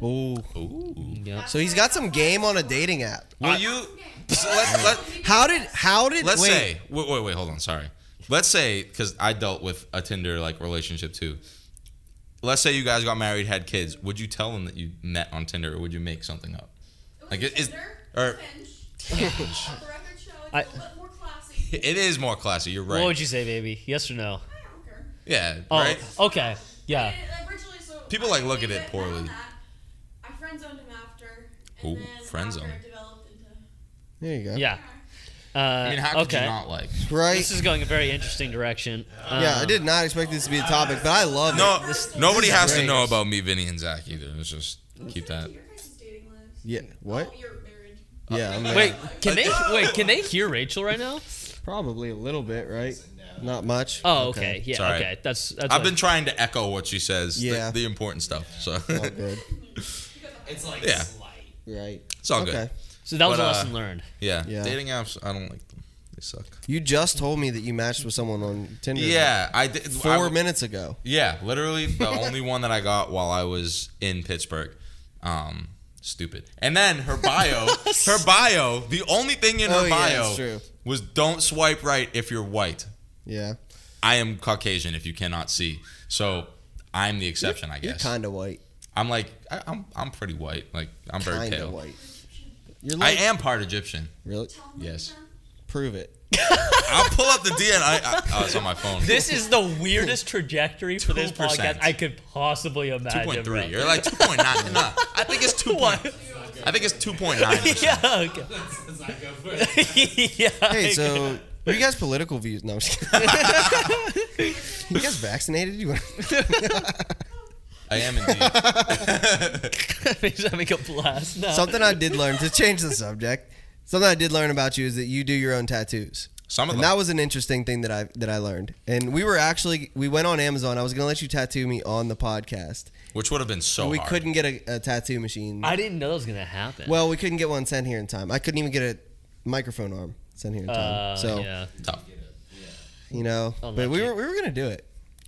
S1: Ooh.
S3: Ooh.
S1: So he's got some game on a dating app.
S3: Will you? So let, let,
S1: How did how did
S3: let's
S1: wait,
S3: say wait, wait wait hold on sorry let's say because i dealt with a tinder like relationship too let's say you guys got married had kids would you tell them that you met on tinder or would you make something up Like,
S7: Like
S3: it-
S7: it
S3: is-
S7: is.
S3: or-
S4: I-
S3: it is more classy you're right
S4: What would you say, baby? Yes or no?
S3: yeah
S4: Oh,
S3: right
S4: okay. Yeah.
S3: People, like, look at it poorly.
S7: I friend zoned him after.
S3: Ooh,
S7: and then
S3: friend
S7: after
S3: zone.
S7: it developed into-
S1: There you go.
S4: Yeah. Uh,
S3: i mean how could
S4: okay.
S3: you not like
S1: Right.
S4: This is going a very interesting direction. Um,
S1: yeah, I did not expect this to be a topic, but I love
S3: no
S1: it.
S3: nobody
S1: this is
S3: has to
S1: great.
S3: know about me vinny and zach either let's just keep
S7: What's
S3: that
S7: your guys' dating lives?
S1: Yeah. What?
S7: Oh, your marriage.
S1: Yeah. I'm
S4: Wait, can they wait? Can they hear Rachel right now?
S1: Probably a little bit, right? Not much.
S4: Oh, okay. Yeah,
S3: It's all right.
S4: okay. That's that's.
S3: i've been
S4: like-
S3: trying to echo what she says the-
S1: Yeah.
S3: the, important stuff so
S1: All good.
S6: It's like
S3: Yeah.
S6: slight.
S1: Right.
S3: it's all good
S1: Okay.
S4: so that was
S3: but,
S4: a
S3: uh,
S4: lesson learned.
S3: yeah.
S1: Yeah.
S3: dating apps i don't like them they suck
S1: You just told me that you matched with someone on Tinder.
S3: yeah i did
S1: Four
S3: I,
S1: minutes ago.
S3: Yeah, literally the only one that I got while I was in Pittsburgh. Um, stupid. And then her bio, her bio, the only thing in her
S1: Oh, yeah,
S3: bio
S1: that's true.
S3: was don't swipe right if you're white.
S1: Yeah.
S3: I am Caucasian if you cannot see. So I'm the exception, I
S1: You're
S3: guess.
S1: kind of white.
S3: I'm like I, I'm I'm pretty white. Like I'm very
S1: Kind
S3: pale.
S1: of white. You're
S3: I
S1: like
S3: am part Egyptian.
S1: really
S7: Tell me
S3: Yes.
S7: about them.
S1: prove it.
S3: I'll pull up the DNA. I, oh, it's on my phone.
S4: This is the weirdest trajectory for this
S3: 2%.
S4: podcast I could possibly imagine.
S3: 2.3.
S4: bro.
S3: You're like 2.9. Nah, I think it's 2. Point, I think it's 2.9.
S4: Yeah. Okay.
S6: Let's not go for it.
S4: yeah.
S1: Hey,
S4: okay.
S1: so are you guys political views? No, I'm just kidding. you guys vaccinated? You
S3: I am indeed.
S4: He's having a blast. No.
S1: something I did learn to change the subject. Something I did learn about you is that you do your own tattoos.
S3: Some of
S4: Uh-huh.
S1: and
S3: them.
S1: that was an interesting thing that I that I learned. And we were actually we went on Amazon. I was gonna let you tattoo me on the podcast.
S3: which would have been so
S1: But we
S3: hard.
S1: couldn't get a, a tattoo machine.
S4: I didn't know that was gonna happen.
S1: well, we couldn't get one sent here in time. I couldn't even get a microphone arm sent here in time.
S4: Uh,
S1: so
S4: yeah,
S3: Tough.
S1: you know,
S4: I'll
S1: but
S4: let
S1: we
S4: you.
S1: were we were gonna do it.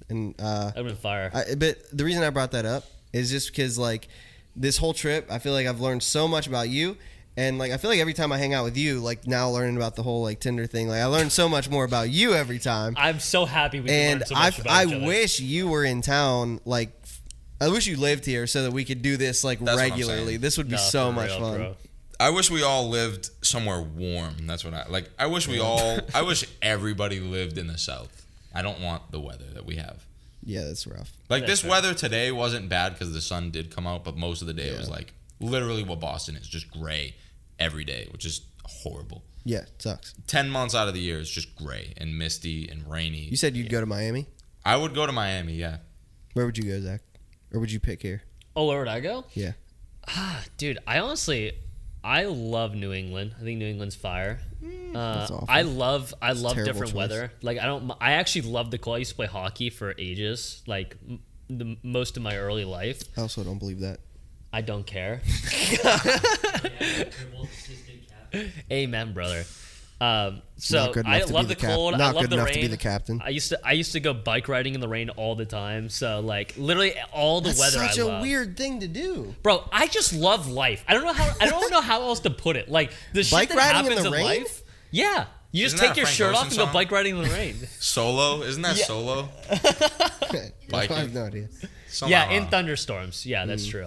S1: And uh,
S4: I've been fire.
S1: I, but the reason I brought that up is just because like this whole trip, I feel like I've learned so much about you, and like I feel like every time I hang out with you, like now learning about the whole like Tinder thing, like I learn so much more about you every time.
S4: I, am so happy we
S1: and
S4: learned so
S1: I
S4: much about
S1: I
S4: each other.
S1: wish you were in town, like I wish you lived here so that we could do this like
S3: That's what I'm
S1: regularly.
S3: saying.
S1: This would be
S4: No,
S1: so
S4: for
S1: much
S4: real,
S1: fun.
S4: bro.
S3: I wish we all lived somewhere warm. That's what I like. I wish we all. I wish everybody lived in the south. I don't want the weather that we have.
S1: Yeah, that's rough.
S3: Like this weather today wasn't bad because the sun did come out, but most of the day it was like literally what Boston is, just gray every day, which is horrible.
S1: Yeah, it sucks.
S3: Ten months out of the year it's just gray and misty and rainy.
S1: You said you'd go to Miami.
S3: I would go to Miami, yeah.
S1: Where would you go, Zach? Or would you pick here?
S4: Oh, where would I go?
S1: Yeah.
S4: Ah, dude, I honestly, I love New England. I think New England's fire. Uh,
S1: Mm, awful.
S4: I love I love
S1: terrible
S4: different
S1: choice.
S4: weather. Like I don't I actually love the cold. I used to play hockey for ages, like m- the most of my early life.
S1: I also don't believe that.
S4: I don't care. Amen, brother. Um, so
S1: Not good
S4: I
S1: enough to be
S4: love
S1: the
S4: the,
S1: cap-
S4: cold. I
S1: not
S4: love
S1: good
S4: the
S1: enough
S4: rain.
S1: to be the captain.
S4: I used to I used to go bike riding in the rain all the time. So like literally all the
S1: That's
S4: weather.
S1: such
S4: I
S1: a
S4: love.
S1: weird thing to do.
S4: Bro, I just love life. I don't know how I don't know how else to put it. Like the
S1: Bike
S4: shit that
S1: riding in
S4: happens
S1: the
S4: in,
S1: rain?
S4: life. Yeah, you just
S3: Isn't that
S4: take
S3: a
S4: your
S3: Frank
S4: shirt
S3: Ocean
S4: off and go
S3: song?
S4: bike riding in the rain.
S3: Solo? Isn't that solo? Like
S1: I
S3: it.
S1: have no idea.
S3: Somehow.
S4: yeah, in thunderstorms. Yeah, that's
S1: Mm.
S4: true.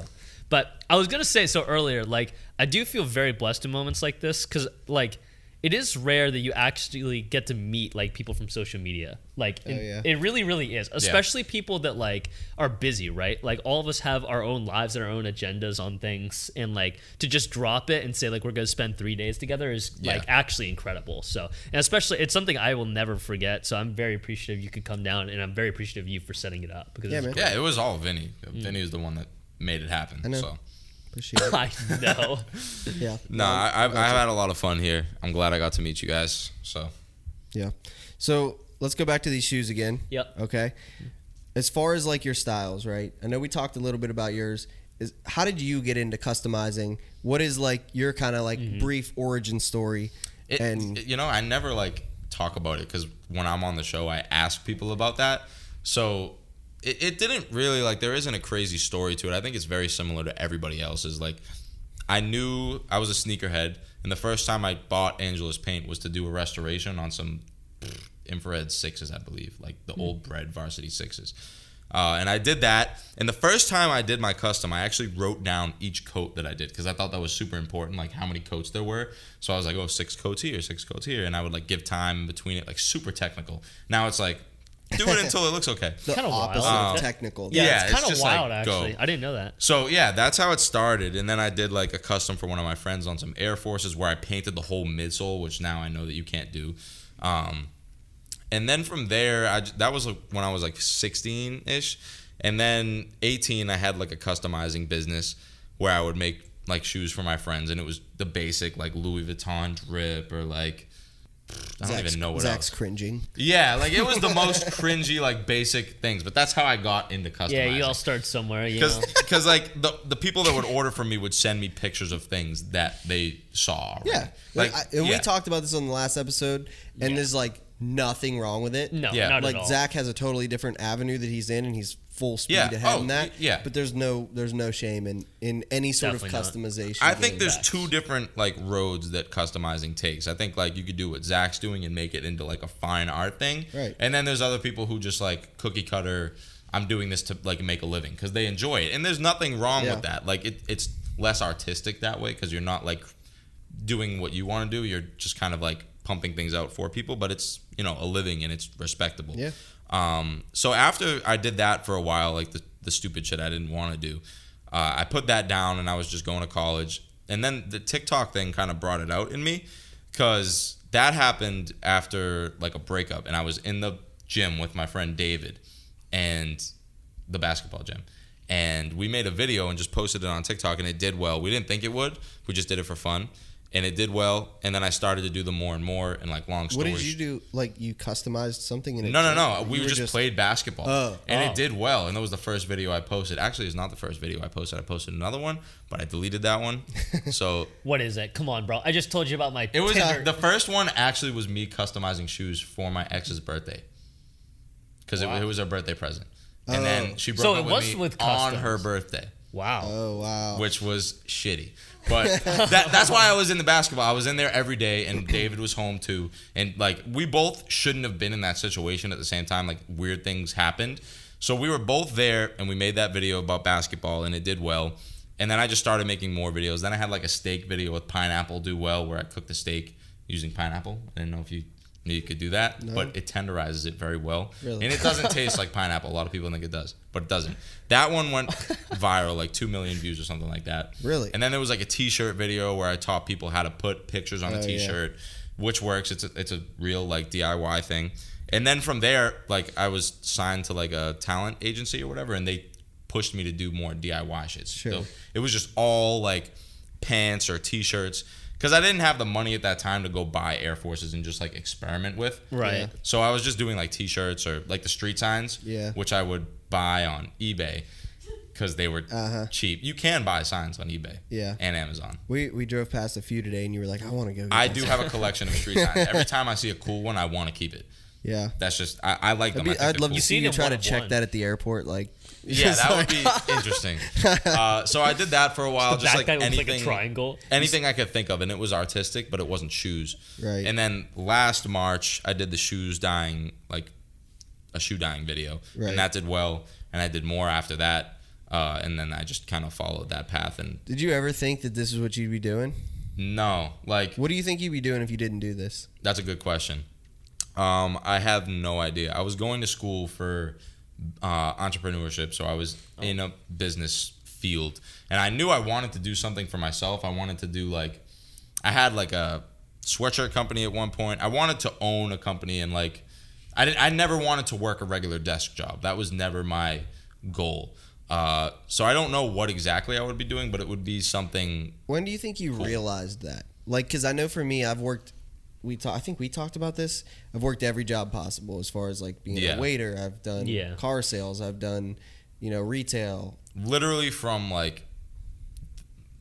S4: But I was gonna say so earlier. Like I do feel very blessed in moments like this because like it is rare that you actually get to meet like people from social media. Like it,
S1: Oh, yeah.
S4: it really, really is. Especially people that like are busy, right? Like all of us have our own lives and our own agendas on things, and like to just drop it and say like we're gonna spend three days together is
S3: Yeah.
S4: like actually incredible. So and especially it's something I will never forget. So I'm very appreciative you could come down, and I'm very appreciative of you for setting it up because
S1: Yeah,
S4: it's
S1: man.
S3: Yeah, it was all Vinny. Vinny was the one that made it happen.
S1: know.
S3: So.
S1: Appreciate it.
S4: I know.
S1: Yeah.
S3: No, I, I, I've had a lot of fun here. I'm glad I got to meet you guys. So
S1: Yeah. So let's go back to these shoes again.
S4: Yep.
S1: Okay. As far as like your styles, right? I know we talked a little bit about yours. Is how did you get into customizing? What is like your kind of like brief origin story?
S3: Mm-hmm. It,
S1: and
S3: it- you know, I never like talk about it because when I'm on the show, I ask people about that. So it, it didn't really like there isn't a crazy story to it. I think it's very similar to everybody else's. Like I knew I was a sneakerhead, and the first time I bought Angela's paint was to do a restoration on some infrared sixes, I believe, like the old bread varsity sixes. Uh, and I did that. And the first time I did my custom, I actually wrote down each coat that I did because I thought that was super important, like how many coats there were. So I was like, oh, six coats here, six coats here. And I would like give time in between it, like super technical. Now it's like, do it until it looks okay.
S1: the
S4: kinda wild.
S1: opposite
S4: Wow.
S1: of technical.
S4: Yeah,
S3: Oh. Yeah,
S4: it's
S3: it's
S4: kind of
S3: just like,
S4: wild actually.
S3: go.
S4: I didn't know that.
S3: So yeah, that's how it started, and then I did like a custom for one of my friends on some Air Forces where I painted the whole midsole, which now I know that you can't do. Um, and then from there, I, j- that was like, when I was like 16 ish, and then 18, I had like a customizing business where I would make like shoes for my friends, and it was the basic like Louis Vuitton drip or like I don't
S1: Zach's-
S3: even know what
S1: Zach's
S3: else.
S1: cringing.
S3: Yeah, like it was the most cringy like basic things, but that's how I got into customizing.
S4: Yeah, you all start somewhere. You know.
S3: Because like the the people that would order from me would send me pictures of things that they saw. already.
S1: Yeah. Like
S3: like
S1: I, and
S3: yeah.
S1: we talked about this on the last episode, and
S4: Yeah.
S1: there's like nothing wrong with it.
S4: No,
S3: Yeah.
S4: not at
S1: Like
S4: all.
S1: Zach has a totally different avenue that he's in, and he's full speed
S3: Yeah.
S1: ahead
S3: Oh,
S1: in that.
S3: y- yeah.
S1: But there's no there's no shame in in any sort of
S4: Definitely
S1: customization.
S3: I think
S1: game.
S3: there's two different like roads that customizing takes. I think like you could do what Zach's doing and make it into like a fine art thing.
S1: Right.
S3: And then there's other people who just like cookie cutter. I'm doing this to like make a living because they enjoy it, and there's nothing wrong
S1: Yeah.
S3: with that. Like it, it's less artistic that way because you're not like doing what you want to do. You're just kind of like pumping things out for people, but it's you know a living and it's respectable.
S1: Yeah.
S3: Um, so after I did that for a while, like the, the stupid shit I didn't want to do, uh, I put that down and I was just going to college. And then the TikTok thing kind of brought it out in me because that happened after like a breakup. And I was in the gym with my friend David and the basketball gym. And we made a video and just posted it on TikTok and it did well. We didn't think it would, we just did it for fun. And it did well. And then I started to do them more and more and like long
S1: What
S3: stories.
S1: did you do? Like you customized something in it?
S3: No, no, no.
S1: You
S3: We
S1: were
S3: just, played basketball,
S1: Oh.
S3: and
S4: Oh.
S3: it did well. And that was the first video I posted. Actually, it's not the first video I posted. I posted another one, but I deleted that one. So
S4: What is it? Come on, bro. I just told you about my.
S3: it was
S4: Tinder.
S3: the first one. Actually, was me customizing shoes for my ex's birthday because
S4: Wow.
S3: it, it was her birthday present. And then she broke
S4: So
S3: up
S4: it
S3: with
S4: was
S3: me
S4: with
S3: on
S4: customs.
S3: her birthday
S4: wow.
S1: Oh wow.
S3: which was shitty. But that, that's why I was in the basketball. I was in there every day, and David was home too. And like we both shouldn't have been in that situation at the same time. Like weird things happened, so we were both there, and we made that video about basketball, and it did well. And then I just started making more videos. Then I had like a steak video with pineapple do well, where I cooked the steak using pineapple. I didn't know if you knew you could do that, but it tenderizes it very well,
S1: Really?
S3: and it doesn't taste like pineapple. A lot of people think it does, but it doesn't. That one went viral, like two million views or something like that.
S1: Really?
S3: And then there was like a T-shirt video where I taught people how to put pictures on
S1: Oh,
S3: a
S1: yeah.
S3: T-shirt, which works. It's a, it's a real like DIY thing. And then from there, like I was signed to like a talent agency or whatever, and they pushed me to do more DIY shit.
S1: Sure.
S3: So it was just all like pants or T-shirts because I didn't have the money at that time to go buy Air Forces and just like experiment with.
S4: Right.
S1: Yeah.
S3: So I was just doing like T-shirts or like the street signs,
S1: Yeah.
S3: which I would buy on eBay because they were
S1: Uh-huh.
S3: cheap. You can buy signs on eBay,
S1: Yeah.
S3: and Amazon.
S1: we we drove past a few today, and you were like, I want to go. get
S3: I
S1: that.
S3: do have a collection of street signs. Every time I see a cool one, I want to keep it.
S1: Yeah.
S3: That's just I, I like
S1: I'd,
S3: them.
S1: be,
S3: I think
S1: I'd love
S3: they're cool.
S1: to
S4: You've
S1: see
S4: seen
S1: you
S4: him
S1: try
S4: one
S1: to
S4: of
S1: check
S4: one.
S1: that at the airport. Like,
S3: Yeah, that would be interesting. Uh, so I did that for a while, just
S4: that
S3: like
S4: guy looks
S3: anything,
S4: like a triangle.
S3: anything I could think of, and it was artistic, but it wasn't shoes.
S1: Right.
S3: And then last March, I did the shoes dyeing, like a shoe dyeing video,
S1: Right.
S3: and that did well. And I did more after that, uh, and then I just kind of followed that path. And
S1: did you ever think that this is what you'd be doing?
S3: No, like
S1: What do you think you'd be doing if you didn't do this?
S3: That's a good question. Um, I have no idea. I was going to school for uh, entrepreneurship, so I was in a business field, and I knew I wanted to do something for myself. I wanted to do like, I had like a sweatshirt company at one point. I wanted to own a company, and like, I didn't. I never wanted to work a regular desk job. That was never my goal. Uh, so I don't know what exactly I would be doing, but it would be something.
S1: When do you think you realized that? Like, because I know for me, I've worked. We ta- I think we talked about this. I've worked every job possible, as far as like being
S3: Yeah.
S1: a waiter. I've done
S4: Yeah.
S1: car sales. I've done, you know, retail.
S3: literally from like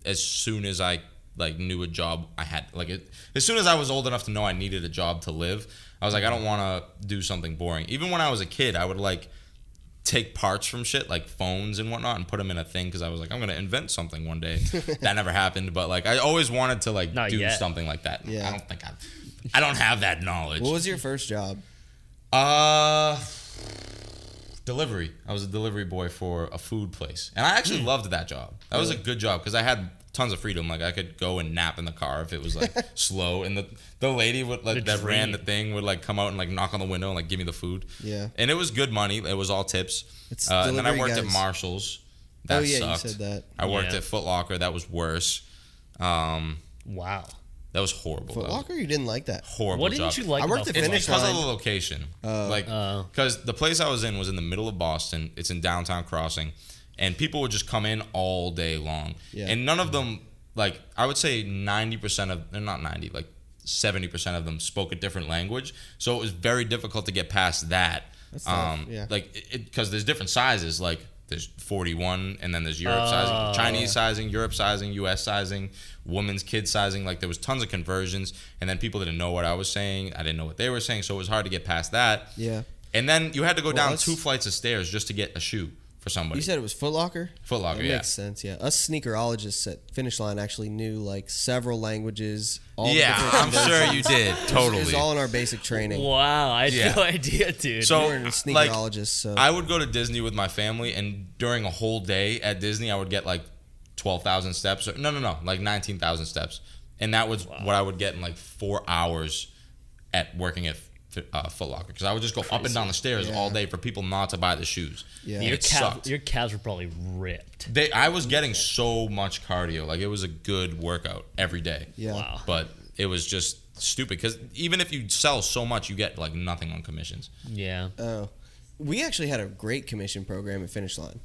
S3: as soon as I like knew a job I had like it, as soon as I was old enough to know I needed a job to live, I was like I don't want to do something boring. Even when I was a kid, I would like take parts from shit like phones and whatnot and put them in a thing because I was like I'm gonna invent something one day. that never happened, but like I always wanted to like
S4: Not
S3: do
S4: yet.
S3: something like that.
S1: Yeah.
S3: I don't think I, I don't have that knowledge.
S1: What was your first job?
S3: Uh delivery. I was a delivery boy for a food place. And I
S1: Hmm.
S3: actually loved that job. That was a good job because I had tons of freedom. Like I could go and nap in the car if it was like slow and the the lady would like
S4: The
S3: that ran the
S4: dream.
S3: thing would like come out and like knock on the window and like give me the food.
S1: Yeah.
S3: And it was good money. It was all tips.
S1: It's
S3: uh, and then I
S1: delivery
S3: worked at
S1: guys.
S3: Marshalls. That
S1: oh yeah,
S3: sucked.
S1: you said that.
S3: I worked
S4: Yeah.
S3: at Foot Locker. That was worse. Um,
S4: Wow.
S3: that was horrible.
S1: Foot
S3: That was
S1: Locker, you didn't like that.
S3: horrible
S4: What didn't
S3: job.
S4: you like?
S1: I worked
S4: about
S1: at
S4: Foot
S3: It's
S1: Finish
S4: Locker?
S3: because of
S1: line. Uh,
S3: the location. like,
S4: Oh.
S3: because the place I was in was in the middle of Boston. It's in downtown Crossing, and people would just come in all day long.
S1: Yeah.
S3: And none of them, like, I would say ninety percent of, they're not ninety, like seventy percent of them spoke a different language. So it was very difficult to get past that.
S1: That's tough,
S3: um,
S1: yeah.
S3: like, because there's different sizes. Like, there's 41, and then there's Europe
S4: Oh.
S3: sizing, Chinese sizing, Europe sizing, U.S. sizing, women's kid sizing. Like there was tons of conversions, and then people didn't know what I was saying. I didn't know what they were saying, so it was hard to get past that.
S1: Yeah.
S3: And then you had to go down
S1: that's-
S3: two flights of stairs just to get a shoe for somebody.
S1: You said it was Foot Locker.
S3: Foot Locker,
S1: That
S3: yeah.
S1: makes sense. Yeah, us sneakerologists at Finish Line actually knew like several languages. All the
S3: yeah,
S1: different
S3: I'm
S1: conventions.
S3: sure you did.
S1: It was
S3: Totally.
S1: all in our basic training.
S4: Wow. I had
S3: Yeah.
S4: no idea, dude.
S3: So
S1: We were in
S3: like,
S1: sneakerologists, so
S3: I would go to Disney with my family, and during a whole day at Disney, I would get like twelve thousand steps. Or, no, no, no, like nineteen thousand steps, and that was what I would get in like four hours at working at F- uh, Foot Locker because I would just go up and down the stairs all day for people not to buy the shoes.
S1: Yeah.
S3: And
S4: your,
S3: it sucked.
S4: calves, your calves were probably ripped.
S3: They, I was getting so much cardio, like it was a good workout every day.
S1: Yeah.
S4: Wow.
S3: but it was just stupid because even if you sell so much, you get like nothing on commissions.
S4: Yeah.
S1: Oh, we actually had a great commission program at Finish Line.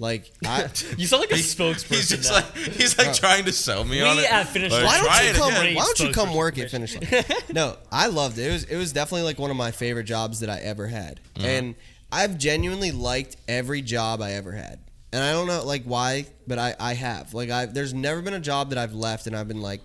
S1: Like, I,
S4: You sound like a
S3: He's
S4: spokesperson.
S3: just
S4: now.
S3: like he's like trying to sell me
S4: We
S3: on it.
S4: at Finish
S3: Like,
S4: Line-
S1: why
S3: try
S1: don't
S3: it
S1: you come?
S3: again.
S4: again.
S1: Why don't you come
S4: Spokesperson
S1: work at Finish Line? no, I loved it. It was it was definitely like one of my favorite jobs that I ever had, and I've genuinely liked every job I ever had. And I don't know like why, but I I have like I there's never been a job that I've left and I've been like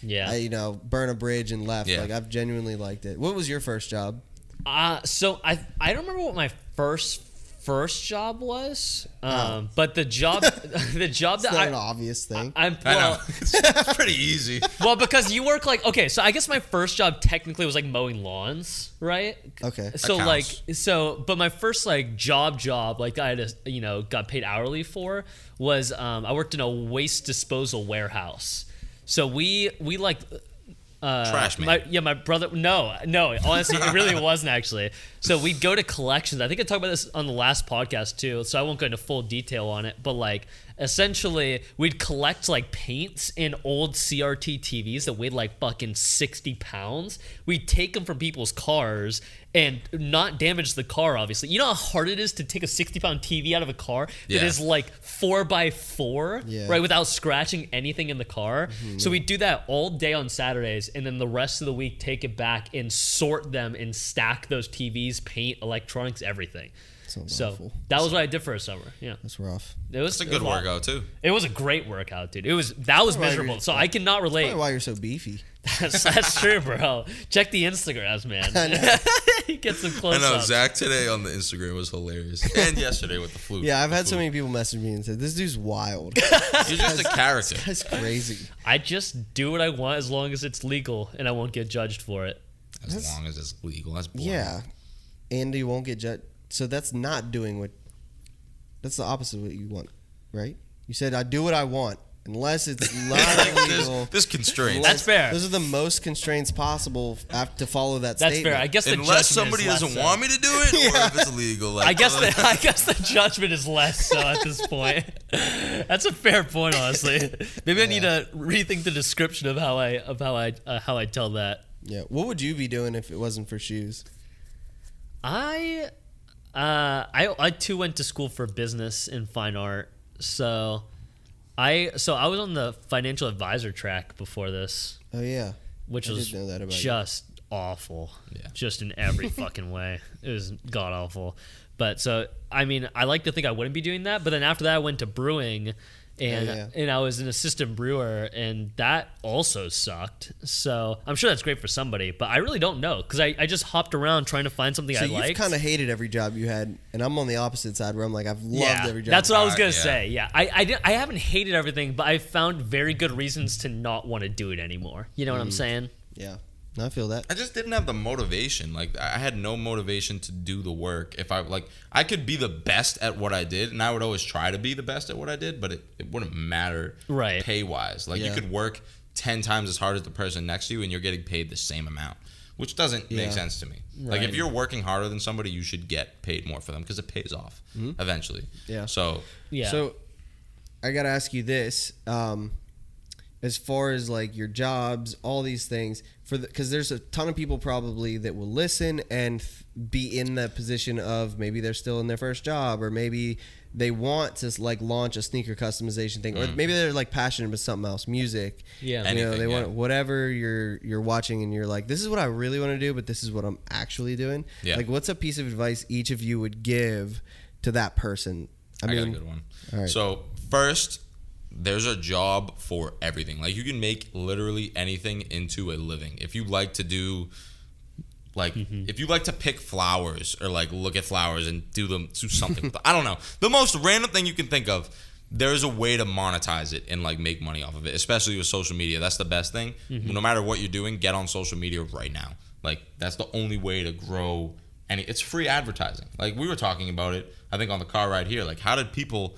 S4: yeah.
S1: I you know burn a bridge and left.
S3: Yeah.
S1: Like I've genuinely liked it. What was your first job?
S4: Uh, so I I don't remember what my first first job was, um, but the job the job
S1: Oh. It's
S4: that
S1: not an
S4: I,
S1: obvious thing.
S4: I'm
S3: I know
S4: well,
S3: it's, it's pretty easy.
S4: well because you work like okay, so I guess my first job technically was like mowing lawns, right?
S1: Okay. That
S4: So like
S3: counts.
S4: so, but my first like job job like I had a, you know got paid hourly for was um, I worked in a waste disposal warehouse. So we we like uh,
S3: Trash man.
S4: My, yeah, my brother. No, no. Honestly, it really wasn't actually. So we'd go to collections. I think I talked about this on the last podcast too, so I won't go into full detail on it. But like, essentially, we'd collect like paints and old CRT TVs that weighed like fucking sixty pounds. We'd take them from people's cars and not damage the car. Obviously, you know how hard it is to take a sixty-pound TV out of a car that is
S3: Yeah.
S4: like four by four,
S1: Yeah. Mm-hmm,
S4: right? without scratching anything in the car. So we do that all day on Saturdays, and then the rest of the week take it back and sort them and stack those TVs, paint, electronics, everything.
S1: Sounds
S4: so
S1: awful.
S4: that was what I did for a summer. Yeah,
S1: That's rough.
S4: it was
S3: It's a
S4: it
S3: good
S4: was lot-
S3: workout too.
S4: It was a great workout, dude. It was that was
S1: Probably
S4: miserable.
S1: agree.
S4: So I cannot relate.
S1: Probably why you're so beefy.
S4: that's, that's true, bro. Check the Instagrams, man. Get some
S3: I
S4: close
S3: know
S4: ups.
S3: Zach today on the Instagram was hilarious, and yesterday with the flu.
S1: Yeah, I've
S3: The
S1: had so
S3: flu.
S1: many people message me and said, "This dude's wild.
S3: You're just a character.
S1: That's crazy."
S4: I just do what I want as long as it's legal and I won't get judged for it.
S3: As long as it's legal, that's boring.
S1: Yeah, and you won't get judged. So that's not doing what. That's the opposite of what you want, right? You said I do what I want. unless it's not
S3: Like, there's,
S1: illegal.
S3: there's constraints.
S4: That's fair.
S1: Those are the most constraints possible have to follow that
S4: That's
S1: statement.
S4: fair. I guess the
S3: Unless
S4: judgment
S3: somebody
S4: is less
S3: doesn't
S4: so.
S3: want me to do it, or if it's illegal. Like,
S4: I guess
S3: uh,
S4: the I guess the judgment is less so at this point. That's a fair point, honestly. Maybe I need to rethink the description of how I of how I uh, how I tell that.
S1: Yeah. What would you be doing if it wasn't for shoes?
S4: I uh I I too went to school for business and fine art. So I so I was on the financial advisor track before this,
S1: Oh yeah.
S4: which
S1: I did
S4: was
S1: know that about you.
S4: just awful.
S3: Yeah.
S4: Just in every fucking way. It was god awful. But so I mean, I like to think I wouldn't be doing that, but then after that I went to brewing and
S1: yeah.
S4: and I was an assistant brewer and that also sucked. So I'm sure that's great for somebody, but I really don't know because I, I just hopped around trying to find something
S1: So
S4: I
S1: you've
S4: liked.
S1: kind of hated every job you had, and I'm on the opposite side where I'm like, I've loved every job.
S4: That's what I was
S3: Uh,
S4: gonna
S3: yeah.
S4: say. Yeah, I I, didn't, I haven't hated everything, but I found very good reasons to not want to do it anymore. You know what I'm
S1: Mm.
S4: saying?
S1: yeah. No, I feel that.
S3: I just didn't have the motivation. Like I I had no motivation to do the work. If I like, I could be the best at what I did, and I would always try to be the best at what I did, but it, it wouldn't matter,
S4: Right.
S3: Pay wise, like you
S1: Yeah.
S3: could work ten times as hard as the person next to you, and you're getting paid the same amount, which doesn't
S1: Yeah.
S3: make sense to me. Like
S4: Right.
S3: if you're working harder than somebody, you should get paid more for them because it pays off eventually.
S1: Mm-hmm. Yeah.
S3: So
S4: Yeah.
S1: So I got to ask you this. Um, as far as like your jobs, all these things, for because there's a ton of people probably that will listen and th- be in the position of maybe they're still in their first job or maybe they want to like launch a sneaker customization thing or maybe they're like passionate about something else, music.
S4: Yeah.
S1: you know
S3: Anything,
S1: they
S3: Mm. yeah.
S1: want whatever you're you're watching and you're like this is what I really want to do, but this is what I'm actually doing.
S3: Yeah.
S1: Like, what's a piece of advice each of you would give to that person? I,
S3: I,
S1: mean,
S3: got a good one.
S1: all right.
S3: So first, there's a job for everything. Like you can make literally anything into a living. If you like to do, like if you like to pick flowers or like look at flowers and do them do something. with them. I don't know. The most random thing you can think of. There's a way to monetize it and like make money off of it, especially with social media. That's the best thing. No matter what you're doing, get on social media right now. Like that's the only way to grow any it's free advertising. Like we were talking about it, I think on the car ride here. Like how did people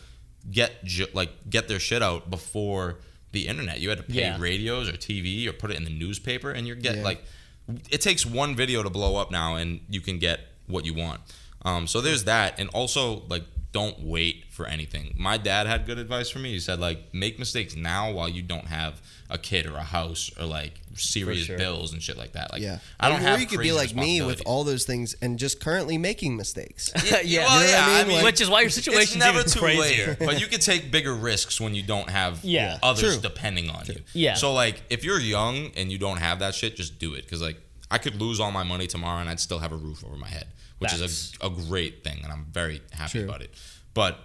S3: get ju- like get their shit out before the internet? You had to pay
S4: Yeah.
S3: radios or TV or put it in the newspaper, and you're getting like it takes one video to blow up now, and you can get what you want. Um, so there's that, and also like don't wait for anything. My dad had good advice for me. He said like make mistakes now while you don't have a kid or a house or like serious
S4: sure.
S3: bills and shit like that. Like
S1: Yeah,
S3: I don't
S1: Or
S3: have.
S1: you could be
S3: crazy
S1: like me with
S3: responsibilities.
S1: all those things and just currently making mistakes.
S4: yeah,
S3: well, You know what I yeah, mean? I mean,
S4: which is why your
S3: it's
S4: situation's
S3: never
S4: even
S3: too
S4: crazier.
S3: late, but you can take bigger risks when you don't have
S4: Yeah.
S3: others
S1: True.
S3: depending on you.
S4: Yeah.
S3: So like, if you're young and you don't have that shit, just do it. Because like, I could lose all my money tomorrow and I'd still have a roof over my head, which
S4: Facts.
S3: is a, a great thing, and I'm very happy about it. But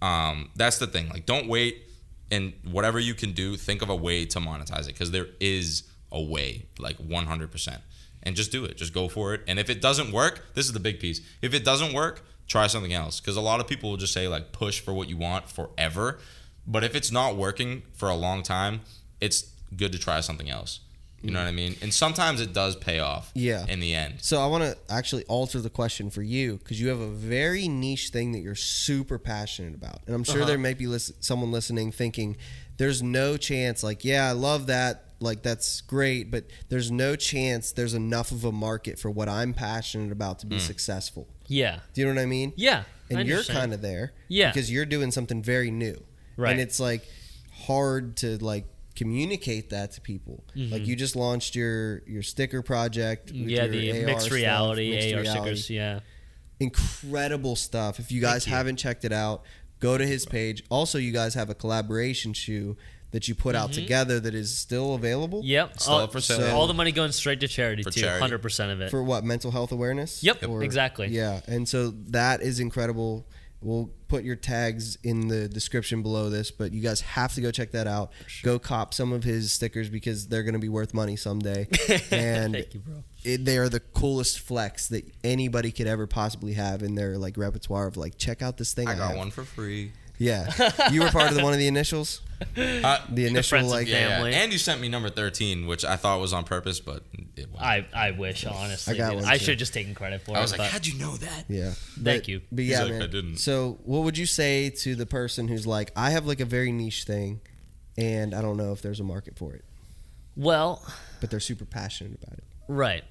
S3: um, that's the thing. Like, don't wait, and whatever you can do, think of a way to monetize it because there is a way, like 100. percent and just do it. Just go for it. And if it doesn't work, this is the big piece. If it doesn't work, try something else. Because a lot of people will just say like push for what you want forever. But if it's not working for a long time, it's good to try something else. You know what I mean? And sometimes it does pay off.
S1: Yeah.
S3: In the end.
S1: So I want to actually alter the question for you because you have a very niche thing that you're super passionate about, and I'm sure
S3: Uh-huh.
S1: there might be lis- someone listening thinking, "There's no chance." Like, yeah, I love that. Like, that's great, but there's no chance there's enough of a market for what I'm passionate about to be
S3: Hmm.
S1: successful.
S4: Yeah.
S1: Do you know what I mean?
S4: Yeah. I
S1: and you're
S4: understand.
S1: kind of there
S4: Yeah.
S1: because you're doing something very new
S4: Right.
S1: and it's like hard to like communicate that to people like you just launched your your sticker project with
S4: Mm-hmm. Mm, yeah,
S1: your
S4: the uh,
S1: AR
S4: mixed
S1: stuff,
S4: reality
S1: mixed
S4: AR
S1: reality.
S4: stickers. Yeah.
S1: incredible stuff if you guys haven't checked it out go to his page also you guys have a collaboration shoe that you put out
S4: Mm-hmm.
S1: together that is still available
S4: Yep.
S3: Still
S4: all,
S3: up for sale.
S4: all the money going straight to charity
S3: For
S4: too.
S3: charity.
S4: Hundred percent of it.
S1: for what mental health awareness
S4: Yep, exactly.
S1: yeah and so that is incredible we'll put your tags in the description below this but you guys have to go check that out go cop some of his stickers because they're going to be worth money someday and
S4: Thank you, bro.
S1: it, they are the coolest flex that anybody could ever possibly have in their like repertoire of like check out this thing i,
S3: I got
S1: have.
S3: one for free.
S1: yeah you were part of the one of the initials
S3: Uh,
S1: the initial
S4: friends of
S1: like
S4: the-
S3: yeah,
S4: Family.
S3: And you sent me number 13, which I thought was on purpose, but it wasn't.
S4: I, I wish honestly.
S1: I got
S4: dude.
S1: one,
S4: I
S1: too.
S4: should have just taken credit for
S3: I
S4: it.
S3: was like,
S4: but
S3: how'd you know that?
S1: Yeah.
S4: Thank
S1: But-
S4: you.
S1: But
S3: He's
S1: yeah,
S3: like,
S1: man.
S3: "I didn't."
S1: So, what would you say to the person who's like, I have like a very niche thing, and I don't know if there's a market for it,
S4: Well,
S1: but they're super passionate about it.
S4: right.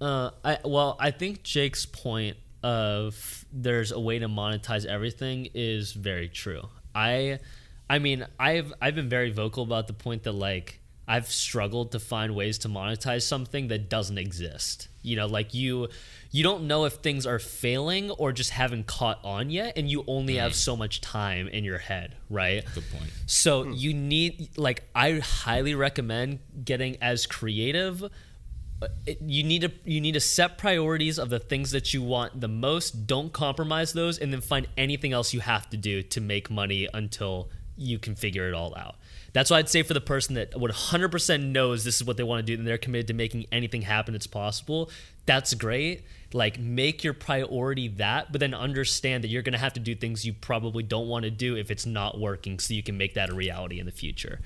S4: Uh, I well, I think Jake's point of there's a way to monetize everything is very true. I, I mean, I've I've been very vocal about the point that like I've struggled to find ways to monetize something that doesn't exist. You know, like you you don't know if things are failing or just haven't caught on yet and you only have so much time in your head, right?
S3: Good point.
S4: So you need like I highly recommend getting as creative. uh, it- You need to you need to set priorities of the things that you want the most. Don't compromise those, and then find anything else you have to do to make money until you can figure it all out. That's why I'd say for the person that 100% knows this is what they want to do and they're committed to making anything happen that's possible, that's great. Like, make your priority that, but then understand that you're going to have to do things you probably don't want to do if it's not working so you can make that a reality in the future.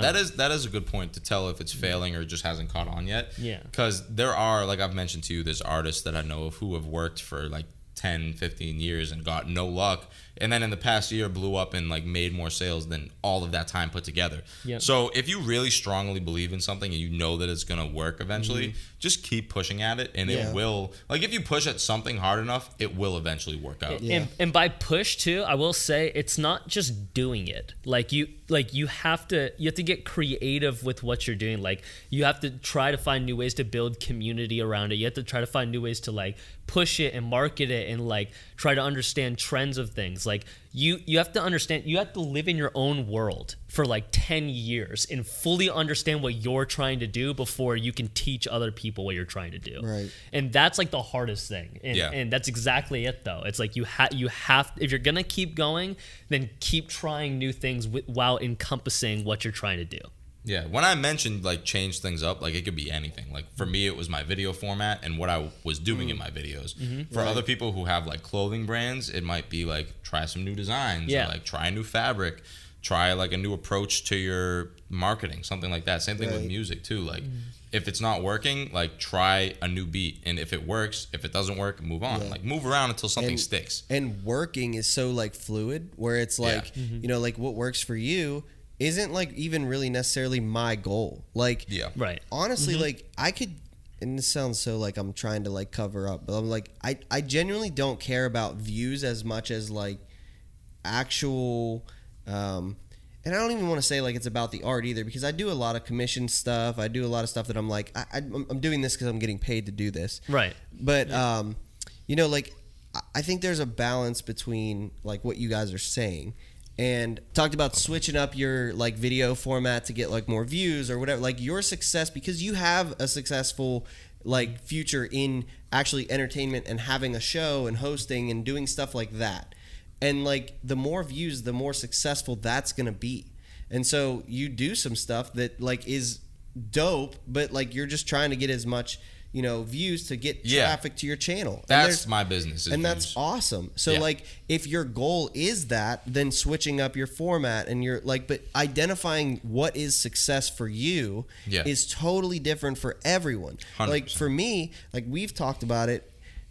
S3: That is that is a good point to tell if it's failing or just hasn't caught on yet.
S4: Yeah.
S3: Because there are, like I've mentioned to you, there's artists that I know of who have worked for like 10, 15 years and got no luck. And then in the past year blew up and like made more sales than all of that time put together.
S4: Yeah.
S3: So if you really strongly believe in something and you know that it's gonna work eventually,
S4: Mm-hmm.
S3: just keep pushing at it and
S1: Yeah.
S3: it will like if you push at something hard enough, it will eventually work out.
S4: and, and by push too i will say it's not just doing it like you like you have to you have to get creative with what you're doing like you have to try to find new ways to build community around it you have to try to find new ways to like push it and market it and like try to understand trends of things like you you have to understand you have to live in your own world for like 10 years and fully understand what you're trying to do before you can teach other people what you're trying to do
S1: Right.
S4: and that's like the hardest thing and,
S3: Yeah.
S4: and that's exactly it though it's like you ha- you have if you're gonna keep going then keep trying new things wi- while encompassing what you're trying to do
S3: Yeah, when I mentioned like change things up, like it could be anything. Like for me, it was my video format and what I was doing
S1: Mm.
S3: in my videos.
S1: Mm-hmm.
S3: For other people who have like clothing brands, it might be like try some new designs, or,
S4: Yeah.
S3: like try a new fabric, try like a new approach to your marketing, something like that. Same thing with
S1: Right. Mm.
S3: music too. Like if it's not working, like try a new beat, and if it works, if it doesn't work, move on. Like move around until something
S1: And-
S3: sticks.
S1: and working is so like fluid where it's
S3: Yeah. Mm-hmm.
S1: like you know like what works for you isn't like even really necessarily my goal like
S3: Yeah. Mm-hmm.
S4: right
S1: honestly like i could and this sounds so like i'm trying to like cover up but i'm like i i genuinely don't care about views as much as like actual um and I don't even want to say like it's about the art either because I do a lot of commission stuff. I do a lot of stuff that I'm like I, I, I'm doing this because I'm getting paid to do this.
S4: right
S1: But um, you know, like I- I think there's a balance between like what you guys are saying and talked about switching up your like video format to get like more views or whatever. Like your success because you have a successful like future in actually entertainment and having a show and hosting and doing stuff like that. And like the more views, the more successful that's gonna be. And so you do some stuff that like is dope, but like you're just trying to get as much, you know, views to get
S3: Yeah.
S1: traffic to your channel. And
S3: That's
S1: there's-
S3: my business. is
S1: and
S3: views.
S1: that's awesome. So
S3: Yeah.
S1: like if your goal is that, then switching up your format and your like but identifying what is success for you
S3: Yeah.
S1: is totally different for everyone. Like
S3: 100%.
S1: for me, like we've talked about it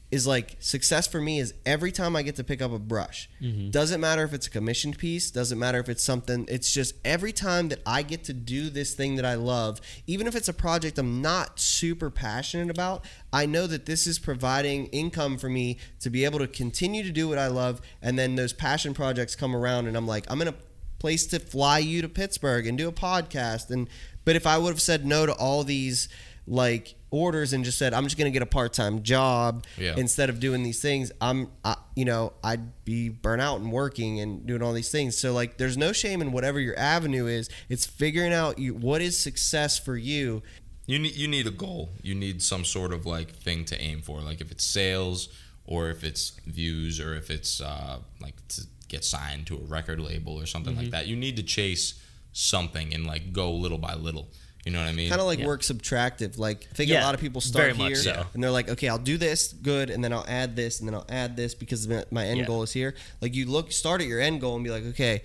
S1: is like success for me is every time I get to pick up a brush. Doesn't matter if it's a commissioned piece, doesn't matter if it's something, it's just every time that I get to do this thing that I love, even if it's a project I'm not super passionate about, I know that this is providing income for me to be able to continue to do what I love and then those passion projects come around and I'm like, I'm going to place to fly you to Pittsburgh and do a podcast and but if I would have said no to all these like orders and just said I'm just going to get a part-time job
S3: Yeah.
S1: instead of doing these things I'm I, you know I'd be burnt out and working and doing all these things so like there's no shame in whatever your avenue is it's figuring out you, what is success for you
S3: You need you need a goal. You need some sort of like thing to aim for. Like if it's sales, or if it's views, or if it's uh, like to get signed to a record label or something like that. You need to chase something and like go little by little. You know what I mean?
S1: kind of like
S4: Yeah.
S1: work subtractive. Like I think a
S4: Yeah,
S1: lot of people start
S4: very much
S1: here
S4: so.
S1: and they're like, okay, I'll do this good, and then I'll add this, and then I'll add this because my- my end
S4: Yeah.
S1: goal is here. Like you look, start at your end goal and be like, okay,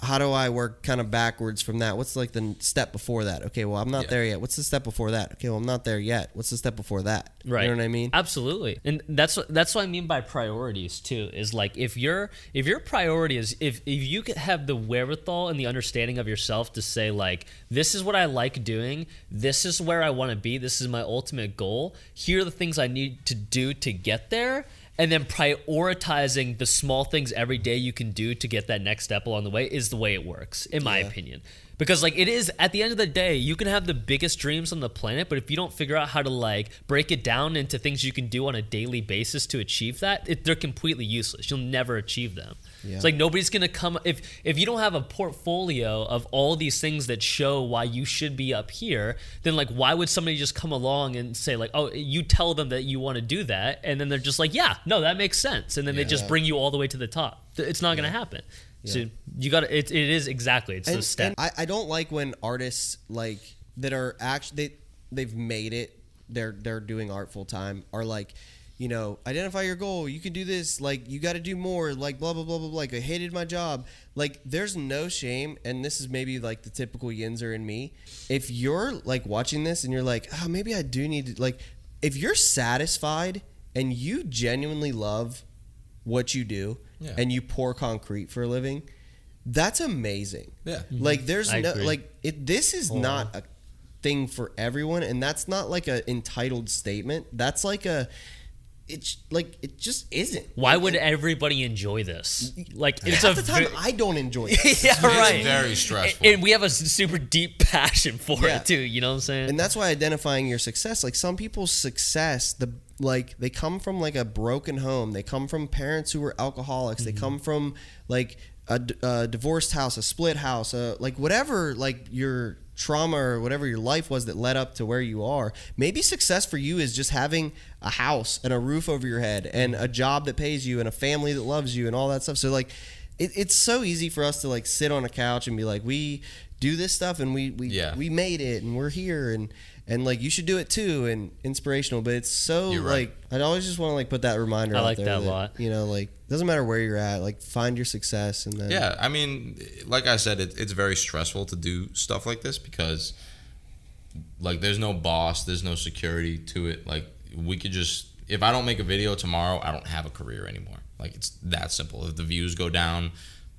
S1: how do I work kind of backwards from that? What's like the n- step before that? Okay, well, I'm not
S3: Yeah.
S1: there yet. What's the step before that? Okay, well, I'm not there yet. What's the step before that?
S4: Right.
S1: You know what I mean?
S4: Absolutely. And that's what that's what I mean by priorities too. Is like if your if your priority is if if you could have the wherewithal and the understanding of yourself to say like this is what I like doing, this is where I want to be, this is my ultimate goal. Here are the things I need to do to get there. And then prioritizing the small things every day you can do to get that next step along the way is the way it works, in my opinion. Because like it is at the end of the day, you can have the biggest dreams on the planet, but if you don't figure out how to like break it down into things you can do on a daily basis to achieve that, it, they're completely useless. You'll never achieve them. It's like nobody's gonna come if if you don't have a portfolio of all these things that show why you should be up here, then like why would somebody just come along and say like, oh, you tell them that you want to do that, and then they're just like, yeah, no, that makes sense, and then they just bring you all the way to the top. Th- It's not gonna happen. So you got to it. It is exactly it's
S1: And-
S4: those steps.
S1: and I, I don't like when artists like that are actually they they've made it. They're they're doing art full time. Are like, you know, identify your goal. You can do this. Like you got to do more. Like blah blah blah blah. blah. Like I hated my job. Like there's no shame. And this is maybe like the typical yinzer in me. If you're like watching this and you're like, oh, maybe I do need to like. If you're satisfied and you genuinely love what you do
S3: Yeah.
S1: and you pour concrete for a living, that's amazing.
S3: Yeah.
S1: Like there's
S4: Mm-hmm. I
S1: no
S4: agree. Oh.
S1: like it this is not a thing for everyone and that's not like a entitled statement. That's like a it's like it just isn't.
S4: Why would everybody enjoy this? Like it's
S1: Half the
S4: a
S1: time
S4: ve-
S1: I don't enjoy it.
S4: yeah, right.
S3: very
S4: A-
S3: stressful.
S4: and we have a s- super deep passion for
S1: Yeah.
S4: it too. You know what I'm saying?
S1: and that's why identifying your success like some people's success the like they come from like a broken home they come from parents who were alcoholics they come from like a, d- a divorced house a split house a, like whatever like your trauma or whatever your life was that led up to where you are maybe success for you is just having a house and a roof over your head and a job that pays you and a family that loves you and all that stuff so like it, it's so easy for us to like sit on a couch and be like we do this stuff and we we
S3: Yeah.
S1: we made it and we're here and and like you should do it too and inspirational but it's so
S3: You're right.
S1: like i always just want to like put that reminder
S4: I
S1: out
S4: like
S1: there
S4: that a lot.
S1: you know like doesn't matter where you're at like find your success and then
S3: Yeah, I mean, like I said, it, it's very stressful to do stuff like this because, like, there's no boss, there's no security to it. Like, we could just, if I don't make a video tomorrow, I don't have a career anymore. Like, it's that simple. If the views go down,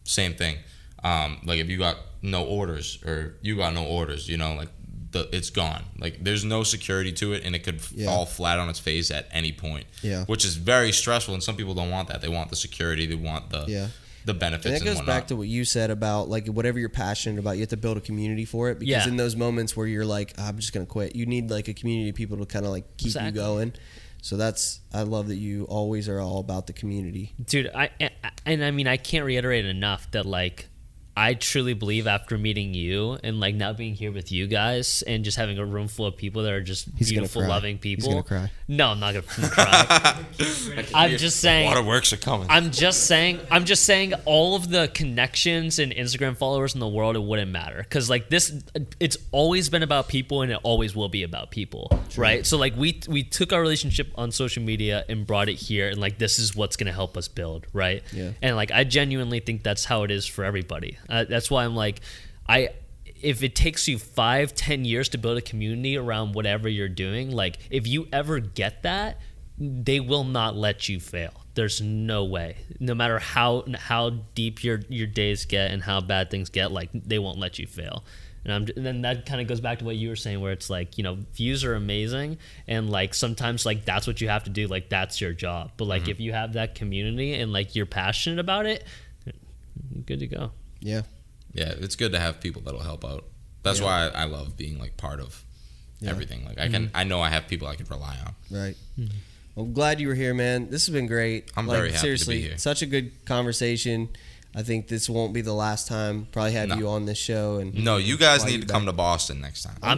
S3: same thing. Um, like, if you got no orders or you got no orders, you know, like, the, it's gone. Like, there's no security to it, and it could
S1: Yeah.
S3: fall flat on its face at any point.
S1: Yeah.
S3: Which is very stressful, and some people don't want that. They want the security. They want the
S1: Yeah.
S3: the benefits.
S1: and that goes
S3: whatnot.
S1: back to what you said about like whatever you're passionate about you have to build a community for it because
S4: Yeah.
S1: in those moments where you're like i'm just gonna quit you need like a community of people to kind of like keep
S4: Exactly.
S1: you going so that's i love that you always are all about the community
S4: dude I, I and i mean i can't reiterate enough that like i truly believe after meeting you and like now being here with you guys and just having a room full of people that are just
S1: He's gonna
S4: beautiful
S1: cry.
S4: loving
S1: He's
S4: people
S1: gonna cry.
S4: no i'm not gonna cry i'm just saying
S3: Waterworks are coming.
S4: I'm just saying. I'm just saying. All of the connections and Instagram followers in the world, it wouldn't matter because like this, it's always been about people, and it always will be about people, right? So like we we took our relationship on social media and brought it here, and like this is what's gonna help us build, right?
S1: Yeah.
S4: And like I genuinely think that's how it is for everybody. Uh, that's why I'm like, I if it takes you five, ten years to build a community around whatever you're doing, like if you ever get that, they will not let you fail. There's no way. No matter how how deep your your days get and how bad things get, like they won't let you fail. And, I'm, and then that kind of goes back to what you were saying, where it's like you know views are amazing, and like sometimes like that's what you have to do, like that's your job. But like if you have that community and like you're passionate about it, you're good to go.
S1: yeah
S3: yeah, it's good to have people that'll help out. That's why I, I love being like part of everything. Like I can, I know I have people I can rely on.
S1: Right. I'm glad you were here, man. This has been great.
S3: I'm
S1: like,
S3: very happy to be
S1: seriously,
S3: here.
S1: such a good conversation. I think this won't be the last time. Probably have
S3: No.
S1: you on this show, and
S3: No, you guys
S1: Why
S3: need
S1: you
S3: to come to Boston next time,
S4: I'm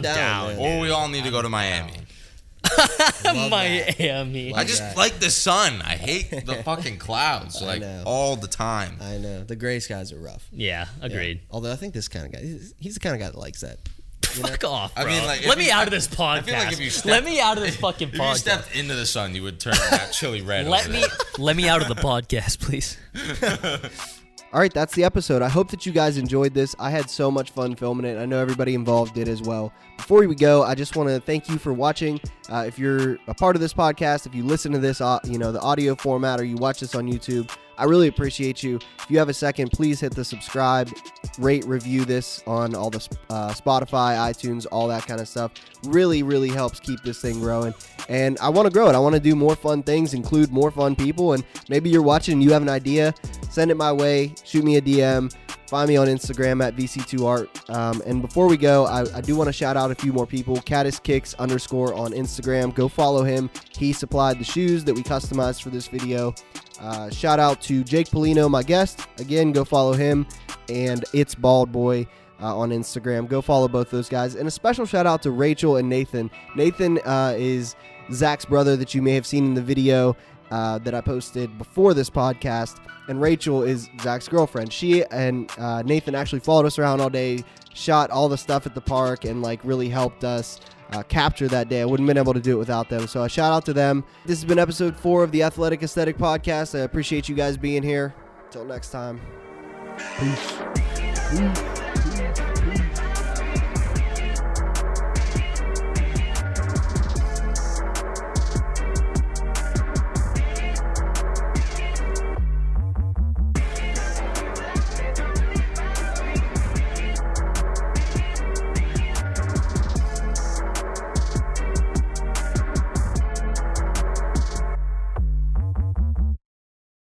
S1: man.
S4: down.
S3: or we all need to go to Miami.
S4: Miami.
S3: I just
S1: that.
S3: like the sun. I hate the fucking clouds, like
S1: know.
S3: all the time.
S1: I know the gray skies are rough.
S4: Yeah,
S1: Yeah.
S4: agreed.
S1: Although I think this kind of guy, he's, he's the kind of guy that likes that.
S4: Fuck off,
S3: I
S4: bro.
S3: mean, like,
S4: Let
S3: if
S4: me
S3: you-
S4: out of this podcast.
S3: feel like if you step-
S4: Let me out of this fucking
S3: If you
S4: podcast.
S3: stepped into the sun, you would turn that chilly red.
S4: let
S3: over
S4: me
S3: there.
S4: let me out of the podcast, please.
S1: All right, that's the episode. I hope that you guys enjoyed this. I had so much fun filming it. I know everybody involved did as well. Before we go, I just want to thank you for watching. Uh, if you're a part of this podcast, if you listen to this, uh, you know the audio format, or you watch this on YouTube, I really appreciate you. If you have a second, please hit the subscribe, rate, review this on all the uh, Spotify, iTunes, all that kind of stuff. Really, really helps keep this thing growing. And I want to grow it. I want to do more fun things, include more fun people. And maybe you're watching and you have an idea, send it my way, shoot me a DM. Find me on Instagram at VC2Art. Um, and before we go, I, I do want to shout out a few more people. Caddis Kicks underscore on Instagram. Go follow him. He supplied the shoes that we customized for this video. Uh, shout out to Jake Polino, my guest. Again, go follow him and It's Bald Boy uh, on Instagram. Go follow both those guys. And a special shout out to Rachel and Nathan. Nathan uh, is Zach's brother that you may have seen in the video uh, that I posted before this podcast. And Rachel is Zach's girlfriend. She and uh, Nathan actually followed us around all day, shot all the stuff at the park, and like really helped us uh, capture that day. I wouldn't have been able to do it without them. So a shout out to them. This has been episode four of the Athletic Aesthetic Podcast. I appreciate you guys being here. Till next time. Peace. Peace.